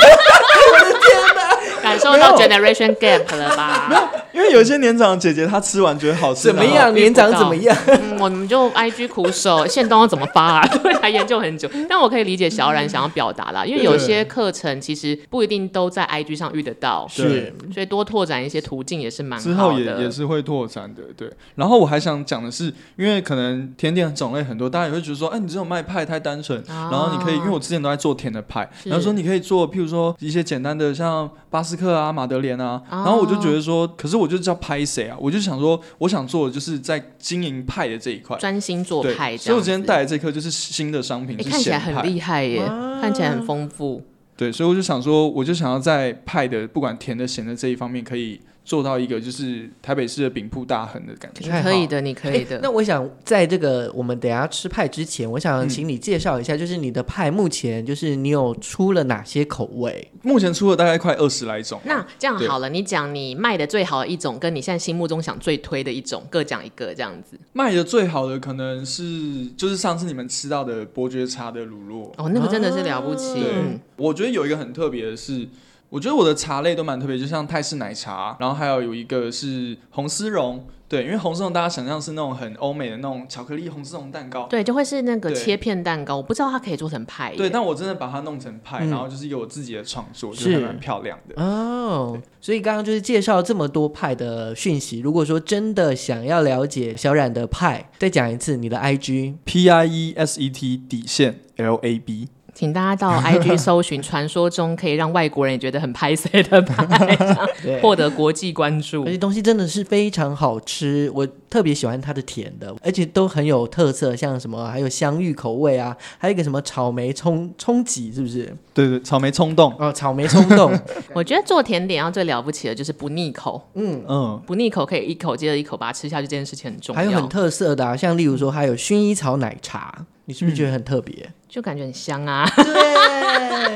[SPEAKER 4] 感受到 generation gap 了吧？
[SPEAKER 5] 因为有一些年长的姐姐她吃完觉得好吃，
[SPEAKER 3] 怎么
[SPEAKER 5] 然后
[SPEAKER 3] 样？年长怎么样？
[SPEAKER 4] 嗯，我们就 IG 苦手，线动要怎么发啊？ 对，还研究很久。但我可以理解小冉想要表达啦，因为有些课程其实不一定都在 IG 上遇得到，嗯
[SPEAKER 5] 对
[SPEAKER 3] 是
[SPEAKER 4] 所以多拓展一些途径也是蛮
[SPEAKER 5] 之
[SPEAKER 4] 好
[SPEAKER 5] 后也
[SPEAKER 4] 的。
[SPEAKER 5] 也是会拓展的，对。然后我还想讲的是，因为可能甜点种类很多，大家也会觉得说，哎，你这种卖派太单纯。
[SPEAKER 4] 啊
[SPEAKER 5] 然后你可以，因为我之前都在做甜的派，
[SPEAKER 4] 是
[SPEAKER 5] 然后说你可以做，譬如说一些简单的，像巴斯克啊、马德莲啊。
[SPEAKER 4] 哦
[SPEAKER 5] 然后我就觉得说，可是我就叫拍谁啊？我就想说，我想做的就是在经营派的这一块。
[SPEAKER 4] 专心做
[SPEAKER 5] 对，
[SPEAKER 4] 派这样子，
[SPEAKER 5] 所以我今天带来这颗就是新的商品
[SPEAKER 4] 你
[SPEAKER 5] 是
[SPEAKER 4] 哎看起来
[SPEAKER 5] 咸
[SPEAKER 4] 很
[SPEAKER 5] 派。
[SPEAKER 4] 厉害耶，看起来很丰富。
[SPEAKER 5] 对，所以我就想说，我就想要在派的不管甜的、咸的这一方面，可以做到一个就是台北市的饼铺大亨的感觉。
[SPEAKER 4] 你
[SPEAKER 3] 太好
[SPEAKER 4] 可以的，你可以的。
[SPEAKER 3] 哎那我想在这个我们等一下吃派之前，我想请你介绍一下，就是你的派目前就是你有出了哪些口味？
[SPEAKER 5] 目前出了大概快二十来种。啊
[SPEAKER 4] 那这样
[SPEAKER 5] 对
[SPEAKER 4] 好了，你讲你卖的最好的一种，跟你现在心目中想最推的一种，各讲一个这样子。
[SPEAKER 5] 卖的最好的可能是就是上次你们吃到的伯爵茶的乳酪。
[SPEAKER 4] 哦，那个真的是了不起。
[SPEAKER 5] 对，
[SPEAKER 4] 嗯
[SPEAKER 5] 我觉得有一个很特别的是。我觉得我的茶类都蛮特别，就像泰式奶茶，然后还有有一个是红丝绒，对，因为红丝绒大家想象是那种很欧美的那种巧克力红丝绒蛋糕，
[SPEAKER 4] 对，就会是那个
[SPEAKER 5] 对
[SPEAKER 4] 切片蛋糕，我不知道它可以做成派耶。
[SPEAKER 5] 对，但我真的把它弄成派，
[SPEAKER 3] 嗯
[SPEAKER 5] 然后就是有我自己的创作，
[SPEAKER 3] 是
[SPEAKER 5] 就是还蛮漂亮的。
[SPEAKER 3] 哦，所以刚刚就是介绍这么多派的讯息。如果说真的想要了解小冉的派，再讲一次你的 IG
[SPEAKER 5] P I E S E T 底线 L A B，
[SPEAKER 4] 请大家到 IG 搜寻传说中可以让外国人也觉得很拍塞的派，这样
[SPEAKER 3] 对
[SPEAKER 4] 获得国际关注
[SPEAKER 3] 而。且东西真的是非常好吃，我特别喜欢它的甜的，而且都很有特色，像什么还有香芋口味啊，还有一个什么草莓冲冲脊，是不是？
[SPEAKER 5] 对对，草莓冲动，
[SPEAKER 3] 哦，草 莓冲动，
[SPEAKER 4] 我觉得做甜点要最了不起的就是不腻口，
[SPEAKER 5] 嗯，
[SPEAKER 4] 不腻口可以一口接着一口把它吃下去，这件事情很重
[SPEAKER 3] 还有很
[SPEAKER 4] 要，
[SPEAKER 3] 特色的、啊，像例如说还有薰衣草奶茶，你是不是觉得很特别？
[SPEAKER 4] 就感觉很香啊。
[SPEAKER 3] 对，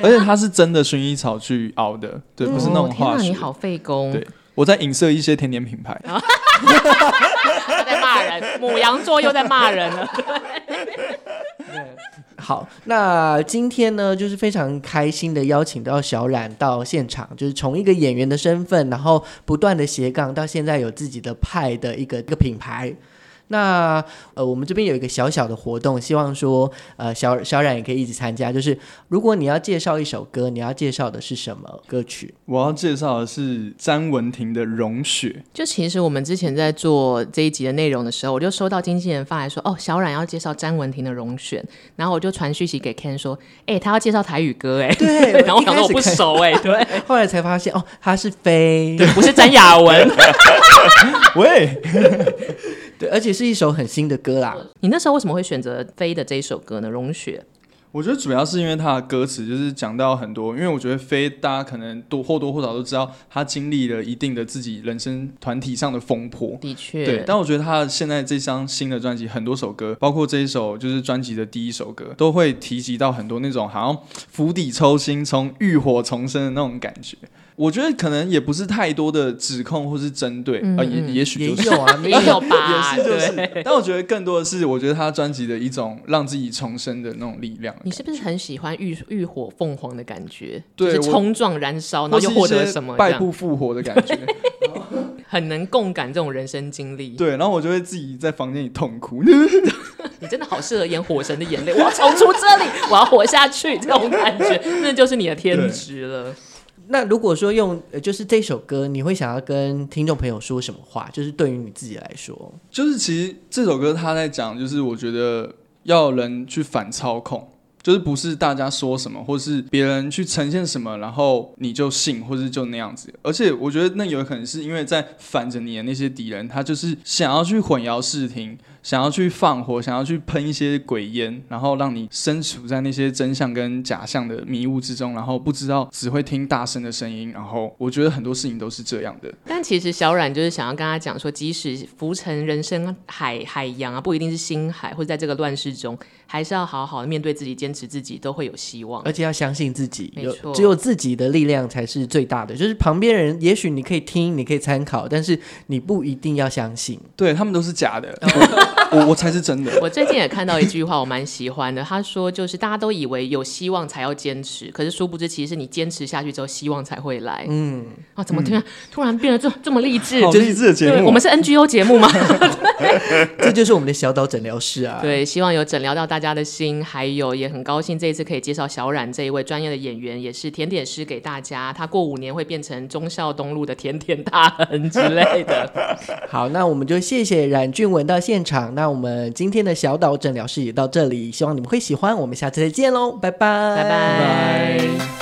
[SPEAKER 5] 而且它是真的薰衣草去熬的，对，不是那
[SPEAKER 4] 哦
[SPEAKER 5] 种
[SPEAKER 4] 天
[SPEAKER 5] 化
[SPEAKER 4] 你
[SPEAKER 5] 学。
[SPEAKER 4] 好啊费工，
[SPEAKER 5] 对，我在影射一些甜点品牌。
[SPEAKER 4] 他在骂人，母羊座又在骂人了。
[SPEAKER 3] 好，那今天呢，就是非常开心的邀请到小冉到现场，就是从一个演员的身份，然后不断的斜杠，到现在有自己的派的一个一个品牌。那呃，我们这边有一个小小的活动，希望说呃小小冉也可以一起参加。就是如果你要介绍一首歌，你要介绍的是什么歌 曲？
[SPEAKER 5] 我要介绍的是詹雯婷的《融雪
[SPEAKER 4] 就其实我们之前在做这一集的内容的时候，我就收到经纪人发来说，哦，小冉要介绍詹雯婷的《容选》，然后我就传讯息给 Ken 说，哎、他要介绍台语歌、哎，
[SPEAKER 3] 对
[SPEAKER 4] 然 后我想说我不熟、哎，对，
[SPEAKER 3] 后来才发现哦，他是飞，
[SPEAKER 4] 不是詹雅文。》。
[SPEAKER 5] 喂，
[SPEAKER 3] 对，而且是一首很新的歌啦。
[SPEAKER 4] 你那时候为什么会选择飞的这一首歌呢？《融雪》
[SPEAKER 5] 我觉得主要是因为他的歌词就是讲到很多，因为我觉得飞大家可能多或多或少都知道，他经历了一定的自己人生团体上的风波。
[SPEAKER 4] 的
[SPEAKER 5] 对，
[SPEAKER 4] 确，
[SPEAKER 5] 但我觉得他现在这张新的专辑很多首歌，包括这一首就是专辑的第一首歌，都会提及到很多那种好像釜底抽薪、从浴火重生的那种感觉。我觉得可能也不是太多的指控或是针对，啊、也也许
[SPEAKER 3] 也
[SPEAKER 5] 就是。
[SPEAKER 3] 有啊，没
[SPEAKER 4] 嗯也有吧，
[SPEAKER 5] 也是就
[SPEAKER 4] 对。
[SPEAKER 5] 是，但我觉得更多的是，我觉得他专辑的一种让自己重生的那种力量。
[SPEAKER 4] 你是不是很喜欢浴浴火凤凰的感觉？
[SPEAKER 5] 对
[SPEAKER 4] 就是
[SPEAKER 5] 我
[SPEAKER 4] 冲撞、燃烧，然后
[SPEAKER 5] 或是
[SPEAKER 4] 又
[SPEAKER 5] 一
[SPEAKER 4] 获得
[SPEAKER 5] 些
[SPEAKER 4] 什么，这
[SPEAKER 5] 败
[SPEAKER 4] 样
[SPEAKER 5] 不复活的感 觉，
[SPEAKER 4] 很能共感这种人生经历。
[SPEAKER 5] 对，然后我就会自己在房间里痛哭，
[SPEAKER 4] 你真的好适合演《火神的眼泪》，我要冲出这里，我要活下去，这种感觉，那就是你的天职了。
[SPEAKER 3] 那如果说用，呃就是这首歌，你会想要跟听众朋友说什么话？就是对于你自己来说，
[SPEAKER 5] 就是其实这首歌他在讲，就是我觉得要人去反操控，就是不是大家说什么，或是别人去呈现什么，然后你就信，或是就那样子。而且我觉得那有可能是因为在反着你的那些敌人，他就是想要去混淆视听，想要去放火，想要去喷一些鬼烟，然后让你身处在那些真相跟假象的迷雾之中，然后不知道，只会听大声的声音。然后我觉得很多事情都是这样的。
[SPEAKER 4] 但其实小冉就是想要跟他讲说，即使浮沉人生海海洋啊，不一定是星海，或者在这个乱世中，还是要好好的面对自己，坚持自己，都会有希望。
[SPEAKER 3] 而且要相信自己，
[SPEAKER 4] 哦没
[SPEAKER 3] 有
[SPEAKER 4] 错
[SPEAKER 3] 只有自己的力量才是最大的。就是旁边人，也许你可以听，你可以参考，但是你不一定要相 信。
[SPEAKER 5] 对他们都是假的，我我我才是真的。
[SPEAKER 4] 我最近也看到一句话，我蛮喜欢的。他说，就是大家都以为有希望才要坚持，可是殊不知，其实是你坚持下去之后，希望才会来。嗯，啊，怎么突然、突然变得这这么励志？
[SPEAKER 5] 好
[SPEAKER 4] 就是
[SPEAKER 5] 励志的节目
[SPEAKER 4] 对我们是 NGO 节目吗？
[SPEAKER 3] 这就是我们的小岛诊疗室啊。
[SPEAKER 4] 对，希望有诊疗到大家的心，还有也很高兴这一次可以介绍小冉这一位专业的演员，也是甜点师给大家。他过五年会变成忠孝东路的甜点大亨之类的。
[SPEAKER 3] 好，那我们就谢谢冉俊文到现场。那我们今天的小岛诊疗室也到这里，希望你们会喜欢。我们下次再见喽，拜拜，
[SPEAKER 4] 拜拜。